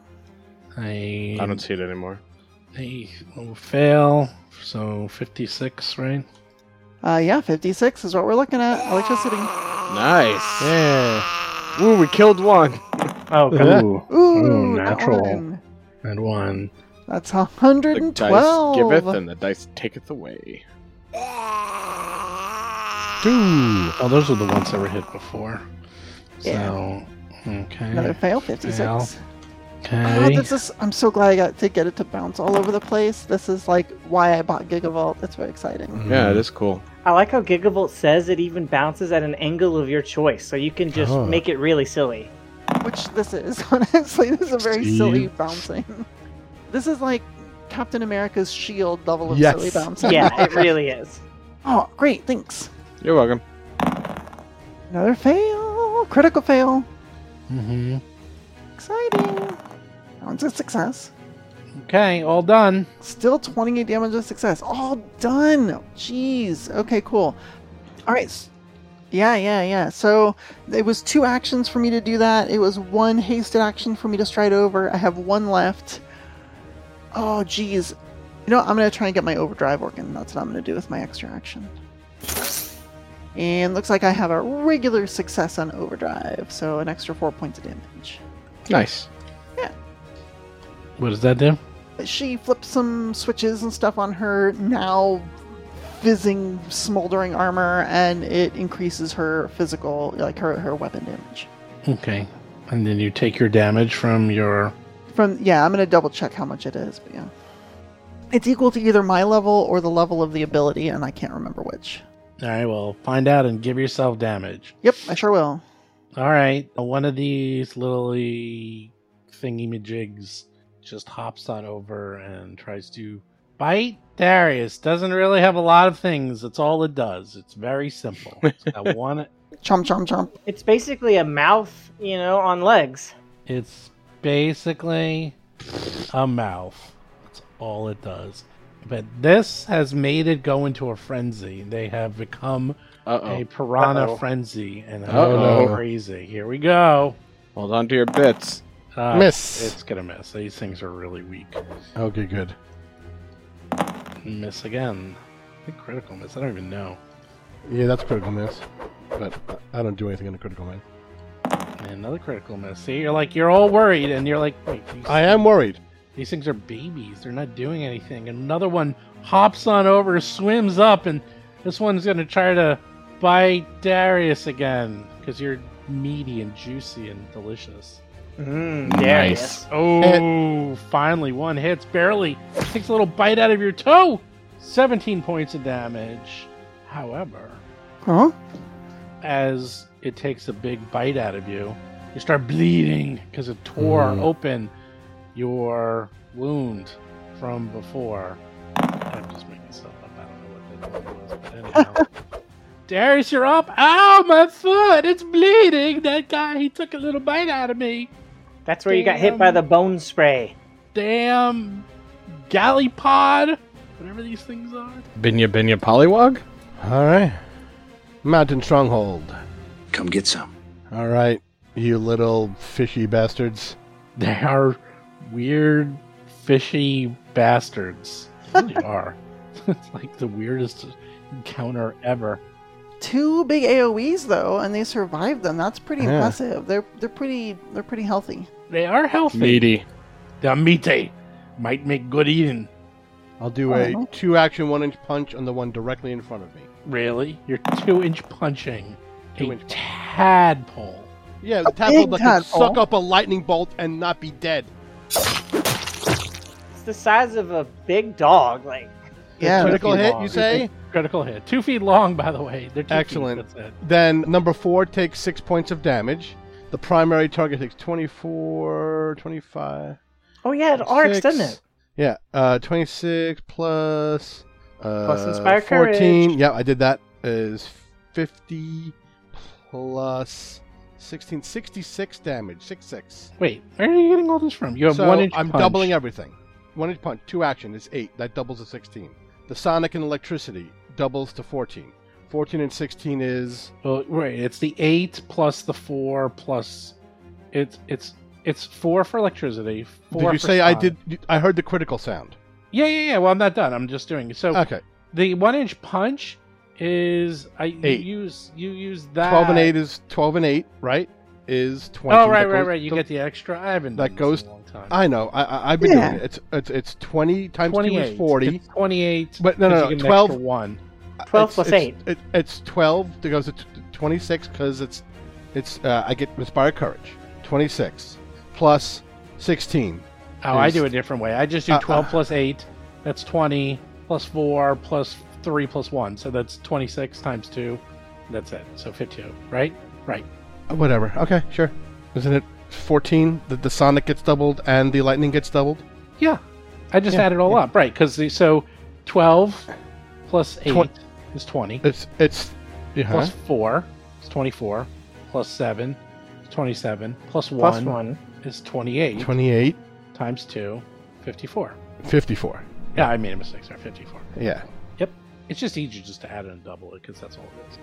I I don't see it anymore. I will fail. So 56, right? Uh, yeah, 56 is what we're looking at. Electricity. Nice. Yeah. Ooh, we killed one. Oh, God. Ooh, Ooh, that natural. one. And one. That's The 112. dice giveth and the dice taketh away. Two. Oh, those are the ones that were hit before. Yeah. So, okay. Another Oh, fail, 56. Fail. God, Okay. this is, I'm so glad I got to get it to bounce all over the place. This is like why I bought Gigavolt. It's very exciting. Mm. Yeah, it is cool. I like how Gigavolt says it even bounces at an angle of your choice, so you can just Oh. make it really silly. Which this is, honestly. This is a very See? silly bouncing. This is like Captain America's shield level of Yes. silly bouncing. Yeah, it really is. Oh, great. Thanks. You're welcome. Another fail. Critical fail. hmm Exciting. That one's a success. Okay, all done. Still 28 damage of success. All done. Jeez. Okay, cool. All right. s- Yeah, yeah, yeah. So it was two actions for me to do that. It was one hasted action for me to stride over. I have one left. Oh, jeez. You know, what? I'm going to try and get my overdrive working. That's what I'm going to do with my extra action. And looks like I have a regular success on overdrive, so an extra four points of damage. Nice. Yeah. What does that do? She flips some switches and stuff on her now fizzing, smoldering armor, and it increases her physical, like her, her weapon damage. Okay. And then you take your damage from your. From yeah, I'm gonna double check how much it is, but yeah, it's equal to either my level or the level of the ability, and I can't remember which. All right, well, find out and give yourself damage. Yep, I sure will. All right. One of these little thingy majigs just hops on over and tries to bite Darius. Doesn't really have a lot of things. That's all it does. It's very simple. It's got one. Chomp chomp chomp. It's basically a mouth, you know, on legs. It's basically a mouth. That's all it does. But this has made it go into a frenzy. They have become Uh a oh. piranha Uh-oh. frenzy and I'm Uh-oh. going crazy. Here we go. Hold on to your bits. Uh, Miss. It's gonna miss. These things are really weak. Okay, good. Miss again. I think critical miss. I don't even know. Yeah, that's critical miss. But I don't do anything in a critical miss. And another critical miss. See, you're like you're all worried, and you're like, wait, these, I am worried. these things are babies. They're not doing anything. And another one hops on over, swims up, and this one's gonna try to bite Darius again because you're meaty and juicy and delicious. Mm, Nice. Darius. Oh, finally one hits, barely takes a little bite out of your toe. 17 points of damage. However, Huh? as it takes a big bite out of you, you start bleeding because it tore Mm. open your wound from before. I'm just making stuff up. I don't know what that was. But anyhow. Darius, you're up. Ow, my foot! It's bleeding. That guy, he took a little bite out of me That's where you got hit by Damn. the bone spray. damn galley pod, whatever these things are. Binya Binya Polywog? All right. Mountain stronghold. Come get some. All right, you little fishy bastards. They are weird, fishy bastards. They really are. it's like the weirdest encounter ever. Two big AOE's though, and they survived them. That's pretty Yeah. impressive. They're they're pretty they're pretty healthy. They are healthy. Meaty. They're meaty. Might make good eating. I'll do Uh-huh. a two action, one inch punch on the one directly in front of me. Really? You're two inch punching Two a inch- tadpole. Yeah, the tadpole big that can tadpole. suck up a lightning bolt and not be dead. It's the size of a big dog. Like, Yeah. Critical Two feet hit, long. you say? Critical hit. Two feet long, by the way. They're two feet, Excellent. that's it. Then number four takes six points of damage. The primary target takes 24, 25. oh yeah, it arcs, doesn't it? Six. Yeah, uh, 26 plus. Uh, Plus inspire 14. courage. Yeah, I did that. Is 50 plus 16. 66 damage. 6 6. Wait, where are you getting all this from? You have so one inch I'm punch. doubling everything. One inch punch, two action is 8. That doubles to 16. The sonic and electricity doubles to 14. 14 and 16 is. Well, right, it's the eight plus the four plus it's it's it's four for electricity. Four did you for say I sonic. did. you- I heard the critical sound. Yeah, yeah, yeah. Well, I'm not done. I'm just doing so. Okay. The one inch punch is I you Eight. use you use that 12 and 8 is 12 and 8, right? Is 20. Oh right, That right, goes- right. You get the extra. I haven't that done goes- this in a long time. I know. I, I, I've been Yeah. doing it. It's it's it's twenty times two Twenty-eight. is forty. It's Twenty-eight. But no, 'cause no, you no, get an extra 12. one. 12 It's- plus it's- eight. It, it's twelve. That goes to t- twenty six because it's it's uh, I get inspired courage. Twenty six plus sixteen. Oh, I Is- do a different way. I just do Uh, twelve uh. plus eight. That's twenty plus four plus three plus one. So that's twenty-six times two. That's it. So fifty-two. Right. Right. Uh, Whatever. Okay, sure. Isn't it fourteen? The, the sonic gets doubled and the lightning gets doubled. Yeah, I just Yeah, add it all up, right? Because so twelve plus eight Twen- is twenty. It's it's uh-huh. Plus four is twenty-four. Plus seven is twenty-seven. Plus one, Plus one. is twenty-eight. 28, Times two, fifty-four. 54. Yeah, I made a mistake. Sorry, fifty-four. Yeah, Yep. It's just easier just to add it and double it because that's all it is.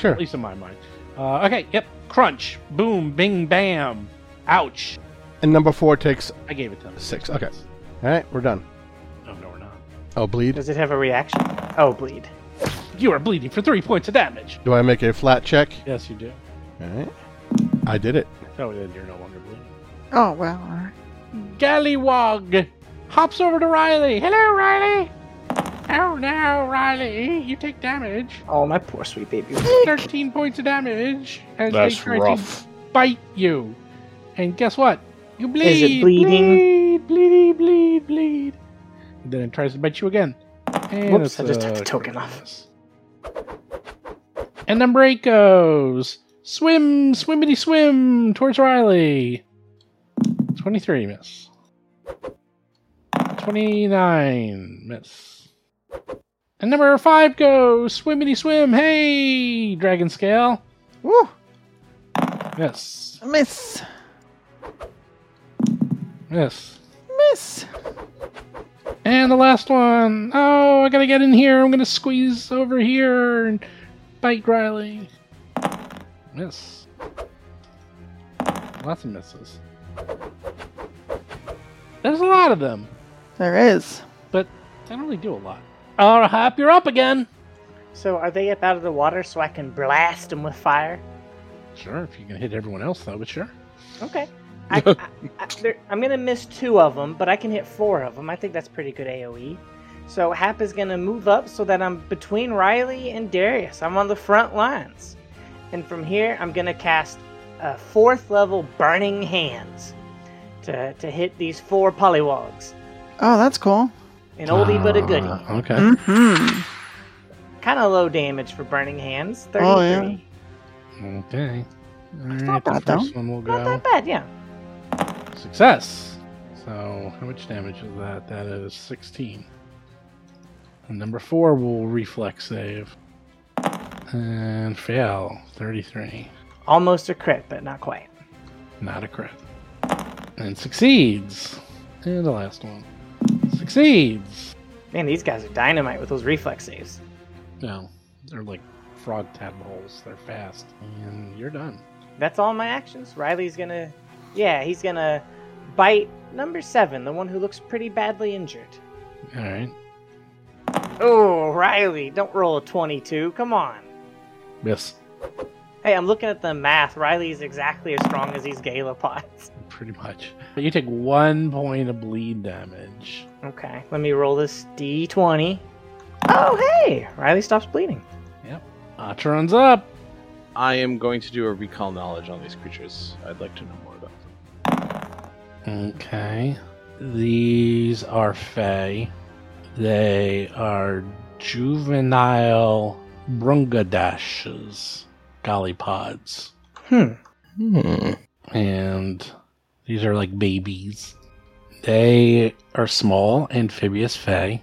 sure. At least in my mind. Uh, okay. Yep. Crunch. Boom. Bing. Bam. Ouch. And number four takes. I gave it to them. Six, okay. points. All right, we're done. Oh no, we're not. Oh, bleed. Does it have a reaction? Oh, bleed. You are bleeding for three points of damage. Do I make a flat check? Yes, you do. All right. I did it. Oh, then you're no longer bleeding. Oh, well, alright. Gallywog hops over to Riley. Hello, Riley. Oh no, Riley, you take damage. Oh, my poor sweet baby. 13 points of damage as That's they try rough. to bite you. And guess what? You bleed. Is it bleeding? Bleed, bleed, bleed, bleed. And then it tries to bite you again. And Whoops, it's I just took a the token critical off. miss. And then break goes. Swim, swimmity swim towards Riley. 23 miss. 29 miss. And number five goes swimmity swim. Hey, dragon scale. Woo! Yes, Miss! yes. Miss! And the last one. Oh, I gotta get in here. I'm gonna squeeze over here and bite Riley. Miss. Lots of misses. There's a lot of them. There is. They don't really do a lot. Oh, Hop, you're up again. So are they up out of the water so I can blast them with fire? Sure, if you can hit everyone else, though, but sure. Okay. I, I, I, there, I'm gonna miss two of them, but I can hit four of them. I think that's pretty good AOE. So Hap is gonna move up so that I'm between Riley and Darius. I'm on the front lines, and from here I'm gonna cast a fourth level Burning Hands to to hit these four polywogs. Oh, that's cool. An oldie but a goodie. Ah, Okay. Mm-hmm. Kind of low damage for Burning Hands. Thirty-three. Oh, yeah. Okay. Alright, not the bad, first one will Not go. that bad, yeah. Success! So, how much damage is that? That is 16. And number 4 will reflex save. And fail. 33. Almost a crit, but not quite. Not a crit. And succeeds! And the last one. Succeeds! Man, these guys are dynamite with those reflex saves. No, they're like frog tadpoles. They're fast. And you're done. That's all my actions. Riley's gonna, yeah, he's gonna bite number seven, the one who looks pretty badly injured. Alright. Oh, Riley, don't roll a 22. Come on. Miss. Hey, I'm looking at the math. Riley is exactly as strong as these Galapods. Pretty much. But you take one point of bleed damage. Okay, let me roll this d20. Oh, hey! Riley stops bleeding. Atron's up. I am going to do a recall knowledge on these creatures. I'd like to know more about them. Okay. These are Fey. They are juvenile Brungadashes, gollypods. Hmm. And these are like babies. They are small, amphibious Fey.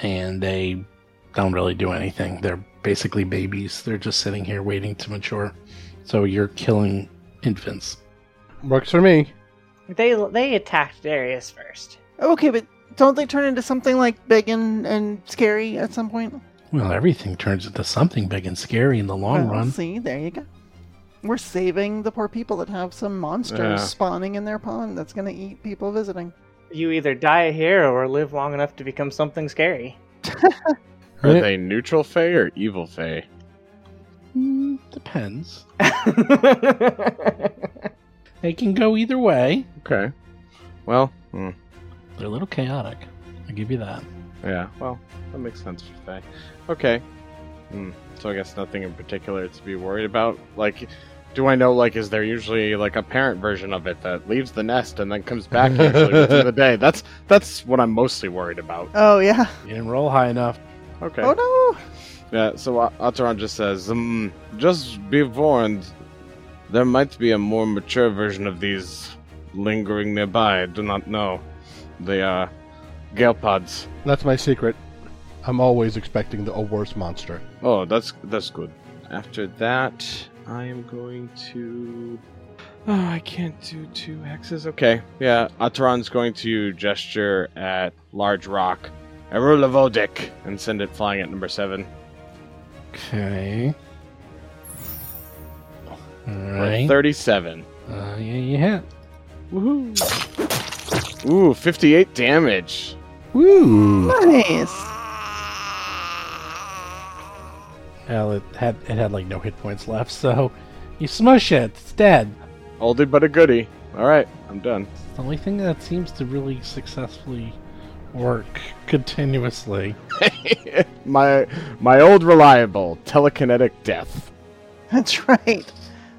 And they don't really do anything. They're basically babies. They're just sitting here waiting to mature. So you're killing infants. Works for me. They they attacked Darius first. Oh, Okay, but don't they turn into something like big and, and scary at some point? Well, everything turns into something big and scary in the long Well, run. Oh, See, there you go. We're saving the poor people that have some monsters Yeah. spawning in their pond that's going to eat people visiting. You either die a hero or live long enough to become something scary. Are Yeah. they neutral Fey or evil Fey? Mm, depends. They can go either way. Okay. Well, hmm, They're a little chaotic. I'll give you that. yeah. Well, that makes sense for Fey. Okay. Hmm, So I guess nothing in particular to be worried about. Like, do I know, like, is there usually, like, a parent version of it that leaves the nest and then comes back usually within the day? That's that's what I'm mostly worried about. Oh, yeah. You didn't roll high enough. Okay. Oh, Yeah, so A- Ataran just says, um, just be warned, there might be a more mature version of these lingering nearby. I do not know. They are Galepods. That's my secret. I'm always expecting the, a worse monster. Oh, that's that's good. After that, I am going to. Oh, I can't do two hexes. Okay, yeah. Ataran's going to gesture at large rock, Erulavodik, and send it flying at number seven. Okay. for Alright. Thirty-seven. Uh, yeah, you hit. Ooh, fifty-eight damage. no. Nice. Hell, it had it had like no hit points left, so you smush it. It's dead. Oldie but a goodie. All right, I'm done. It's the only thing that seems to really successfully work continuously. my my old reliable telekinetic death. That's right.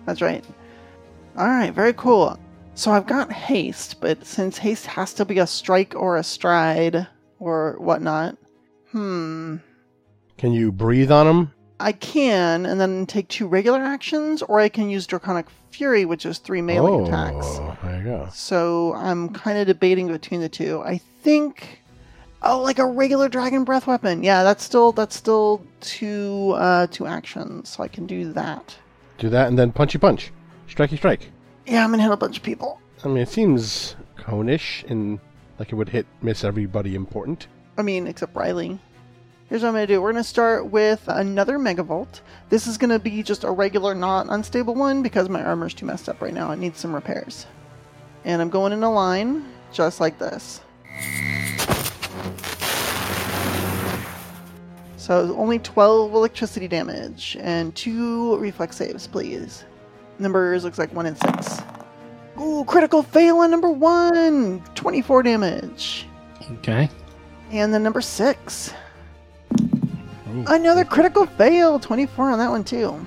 That's right. All right, very cool. So I've got haste, but since haste has to be a strike or a stride or whatnot, hmm, Can you breathe on him? I can and then take two regular actions, or I can use Draconic Fury, which is three melee oh, attacks. there you go. So I'm kind of debating between the two. I think, oh, like a regular dragon breath weapon. Yeah, that's still that's still two uh, two actions, so I can do that. Do that and then punchy punch. Strikey strike. Yeah, I'm gonna hit a bunch of people. I mean, it seems conish and like it would hit miss everybody important. I mean, except Riley. Here's what I'm gonna do. We're gonna start with another megavolt. This is gonna be just a regular, not unstable one because my armor's too messed up right now. It needs some repairs. And I'm going in a line, just like this. So only 12 electricity damage and two reflex saves, please. Numbers looks like one and six. Ooh, critical fail on number one. 24 damage. Okay. And then number six. Another critical fail. 24 on that one, too.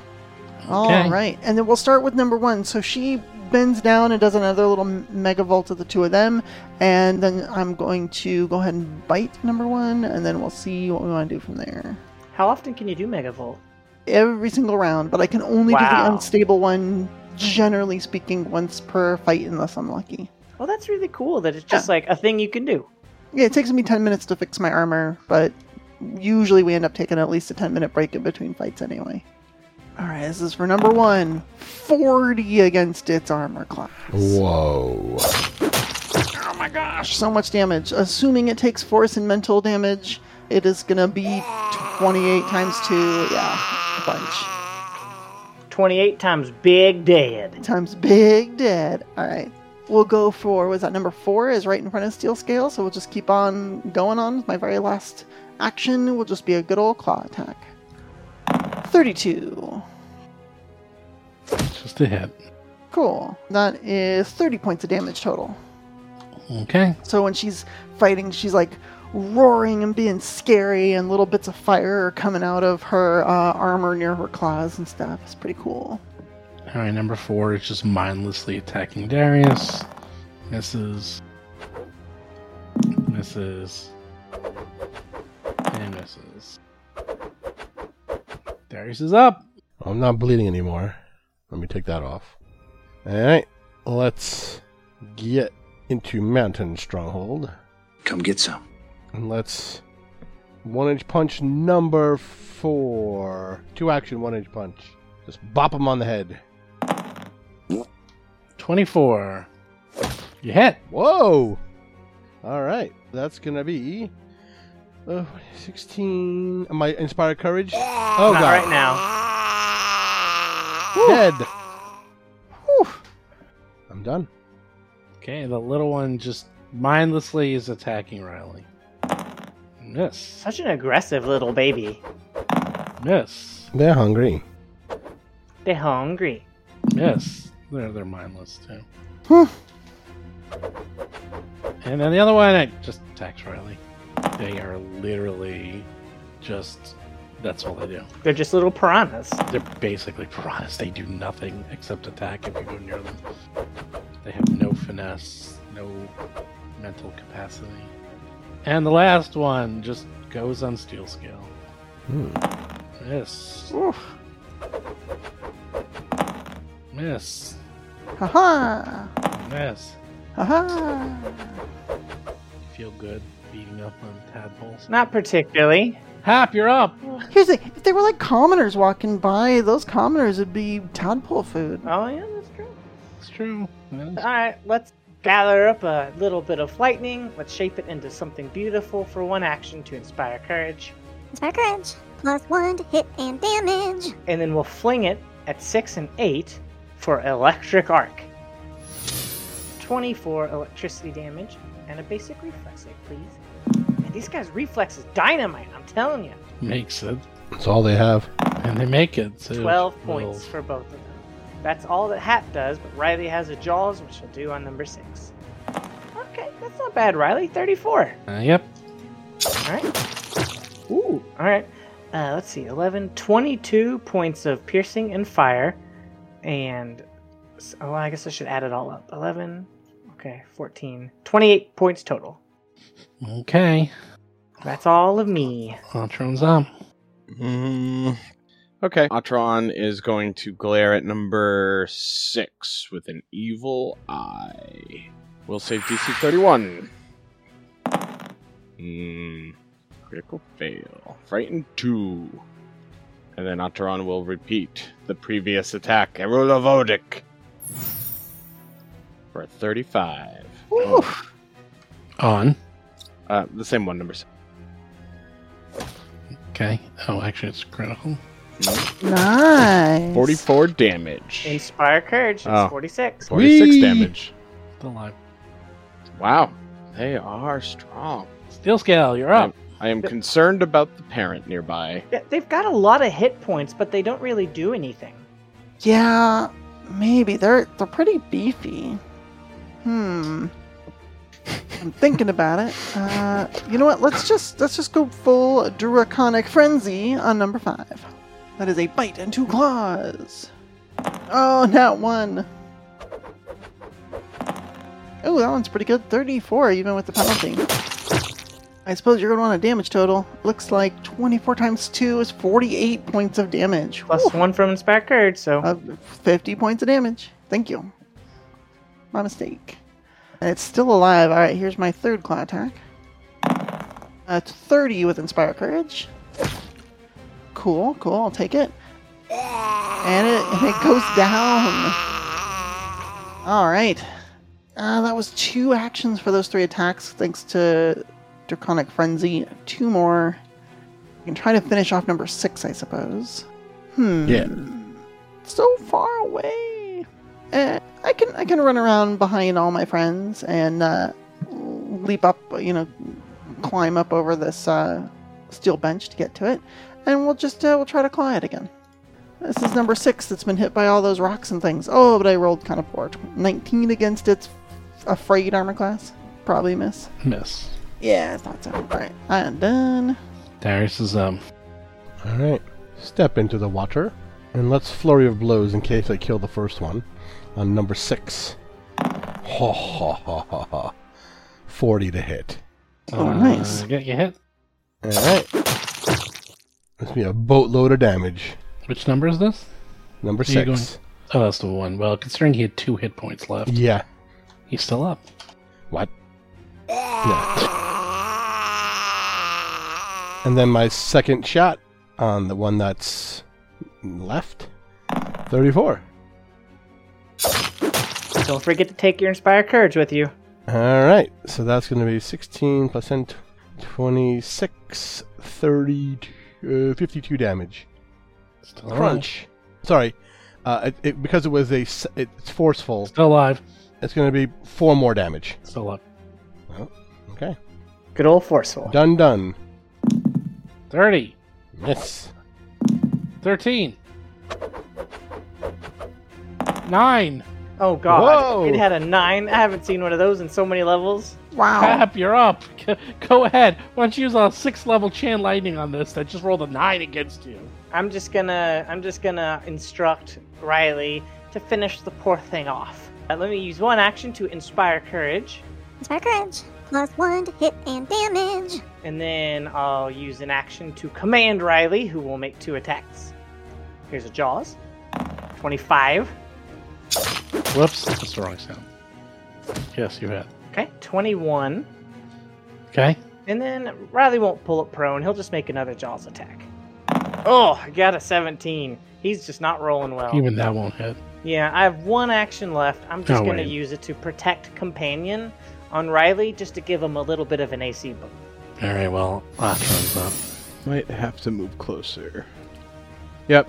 All Okay. right. And then we'll start with number one. So she bends down and does another little mega vault of the two of them. And then I'm going to go ahead and bite number one. And then we'll see what we want to do from there. How often can you do megavolt? Every single round, but I can only do the Wow. unstable one, generally speaking, once per fight, unless I'm lucky. Well, that's really cool that it's just like a thing you can do. Yeah, it takes me 10 minutes to fix my armor, but usually we end up taking at least a 10 minute break in between fights anyway. Alright, this is for number one 40 against its armor class. Oh Whoa. Gosh, so much damage. Assuming it takes force and mental damage, it is gonna be 28 times 2. Yeah, a bunch. 28 times big dead. Times big dead. Alright. We'll go for, was that number four? Is right in front of Steel Scale, so we'll just keep on going on. My very last action will just be a good old claw attack. 32. It's just a hit. Cool. That is 30 points of damage total. Okay. So when she's fighting, she's like roaring and being scary, and little bits of fire are coming out of her uh, armor near her claws and stuff. It's pretty cool. All right, number four is just mindlessly attacking Darius. Misses. Misses. And misses. Darius is up. I'm not bleeding anymore. Let me take that off. Alright, let's get into Mountain Stronghold. Come get some. And let's one inch punch number four. Two action, one inch punch. Just bop him on the head. 24. You hit. Whoa! Alright, that's gonna be. Uh, 16. Am I inspired courage? Oh Not god. right now. Dead! Whew. I'm done. Okay, the little one just mindlessly is attacking Riley. Miss. Such an aggressive little baby. Miss. They're hungry. They hungry. Miss. They're, they're mindless too. Huh. And then the other one, it just attacks Riley. They are literally just. That's all they do. They're just little piranhas. They're basically piranhas. They do nothing except attack if you go near them. They have no finesse, no mental capacity. And the last one just goes on steel scale. Miss. Oof. Miss. Haha. Miss. Haha. You feel good beating up on tadpoles? Not particularly. Hap, you're up! Here's the if they were like commoners walking by, those commoners would be tadpole food. Oh, yeah, that's true. It's true. Yes. All right, let's gather up a little bit of lightning. Let's shape it into something beautiful for one action to inspire courage. Inspire courage. Plus one to hit and damage. And then we'll fling it at 6 and 8 for electric arc. 24 electricity damage and a basic reflex save, please. man, these guys' reflex is dynamite. I'm telling you. Makes it. That's all they have. And they make it. So 12 points for both of them. That's all that Hap does, but Riley has a Jaws, which she'll do on number 6. Okay, that's not bad, Riley. 34. for. Uh, yep. Alright. Ooh, alright. Uh, let's see, 11, 22 points of piercing and fire. And, s- oh, I guess I should add it all up. 11, okay, 14, 28 points total. Okay. That's all of me. Ultron's up. Mm, okay. Atron is going to glare at number six with an evil eye. We'll save DC 31. Mm, critical fail. Frightened 2. And then Atron will repeat the previous attack. Erula Vodic. For 35. Oh, On. uh, the same one, number six. Okay. Oh, actually, it's critical. Nice. 44 damage. Inspire Courage, it's Oh. 46. 46 Whee! damage. Still alive. Wow. They are strong. Steel scale, you're up. I am concerned about the parent nearby. Yeah, They've got a lot of hit points, but they don't really do anything. Yeah, maybe they're they're pretty beefy. Hmm. I'm thinking about it. Uh, you know what? Let's just let's just go full Draconic Frenzy on number five. That is a bite and two claws. Oh, not one. Oh, that one's pretty good. 34, even with the penalty. I suppose you're going to want a damage total. Looks like 24 times 2 is 48 points of damage. Plus Whew. one from Inspire Courage, so Uh, 50 points of damage. Thank you. My mistake. And it's still alive. All right, here's my third claw attack. Uh, it's 30 with Inspire Courage. Cool, cool. I'll take it. And it, and it goes down. All right. Uh, that was two actions for those three attacks, thanks to Draconic Frenzy. Two more. I can try to finish off number six, I suppose. Hmm Yeah. so far away. Uh, I can I can run around behind all my friends and uh, leap up, you know, climb up over this uh, steel bench to get to it, and we'll just uh, we'll try to claw it again. This is number six that's been hit by all those rocks and things. Oh, but I rolled kind of poor. Nineteen against its afraid armor class, probably miss. Miss. Yeah, I thought so. All right, I'm done. Darius is um, up. All right. Step into the water, and let's flurry of blows in case I kill the first one. On number six. Ha ha ha ha ha. Forty to hit. Oh, nice. Uh, Get you hit. All right. That's me a boatload of damage. Which number is this? Number Are you six. Oh, that's the one. Well, considering he had two hit points left, Yeah. he's still up. What? And then my second shot on the one that's left. 34. don't forget to take your Inspire Courage with you. All right. So that's going to be 16 plus 10, 26, 30, uh, 52 damage. Still Crunch. Sorry. Uh, it, it, because it was a, s- it, it's forceful, Alive. Still alive. it's going to be four more damage. Still up. Oh, okay. Good old forceful. Done, done. 30. Miss. 13. 9. Oh god, Whoa. it had a nine. I haven't seen one of those in so many levels. Wow. Cap, you're up. Go ahead. Why don't you use a six level Chan Lightning on this that just rolled a 9 against you? I'm just gonna, I'm just gonna instruct Riley to finish the poor thing off. Uh, let me use one action to inspire courage, Inspire courage. Plus one to hit and damage. and then I'll use an action to command Riley, who will make two attacks. Here's a jaws, 25. Whoops. That's the wrong sound. Yes, you had. Okay, 21. Okay. And then Riley won't pull up prone. He'll just make another Jaws attack. Oh, I got a 17. He's just not rolling well. Even that won't hit. Yeah, I have one action left. I'm just Oh, going to wait. use it to protect companion on Riley just to give him a little bit of an AC boost. All right, well, Atron's up. Might have to move closer. Yep.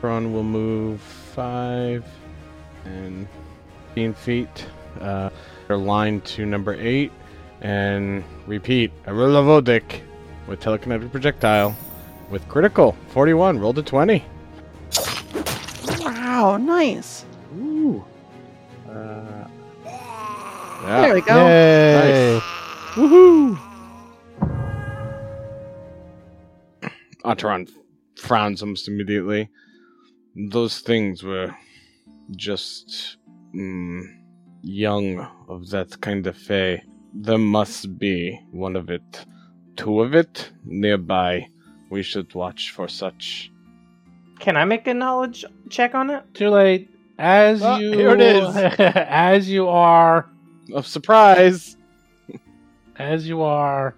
Ron will move five and 15 feet. Uh, they're lined to number eight. and repeat a roll of Odic with telekinetic projectile with critical 41 rolled a 20 Wow, nice. Ooh. Uh, yeah. There we go. Yay! Woohoo! Ataran frowns almost immediately. Those things were just mm, young of that kind of fay. There must be one of it, two of it nearby. We should watch for such. Can I make a knowledge check on it? Too late. As Ah, you here it is. as you are Of surprise! as you are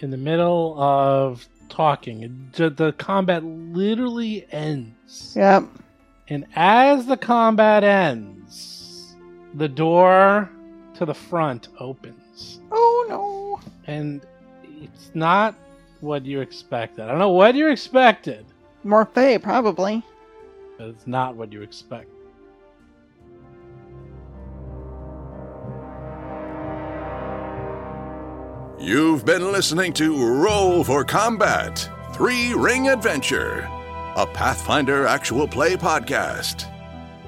in the middle of talking, the, the combat literally ends. Yep. And as the combat ends, the door to the front opens. Oh no. And it's not what you expected. I don't know what you expected, Morphe, probably. but it's not what you expect. You've been listening to Roll for Combat Three Ring Adventure, a Pathfinder actual play podcast.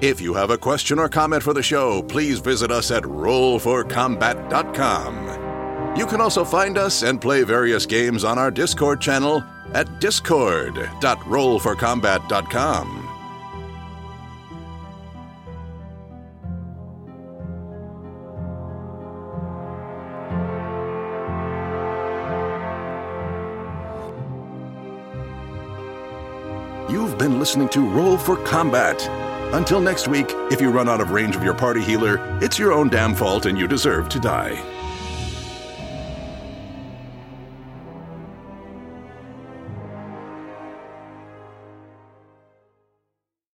If you have a question or comment for the show, please visit us at rollforcombat.com. You can also find us and play various games on our Discord channel at discord.rollforcombat.com. You've been listening to Roll for Combat. Until next week, if you run out of range of your party healer, it's your own damn fault and you deserve to die.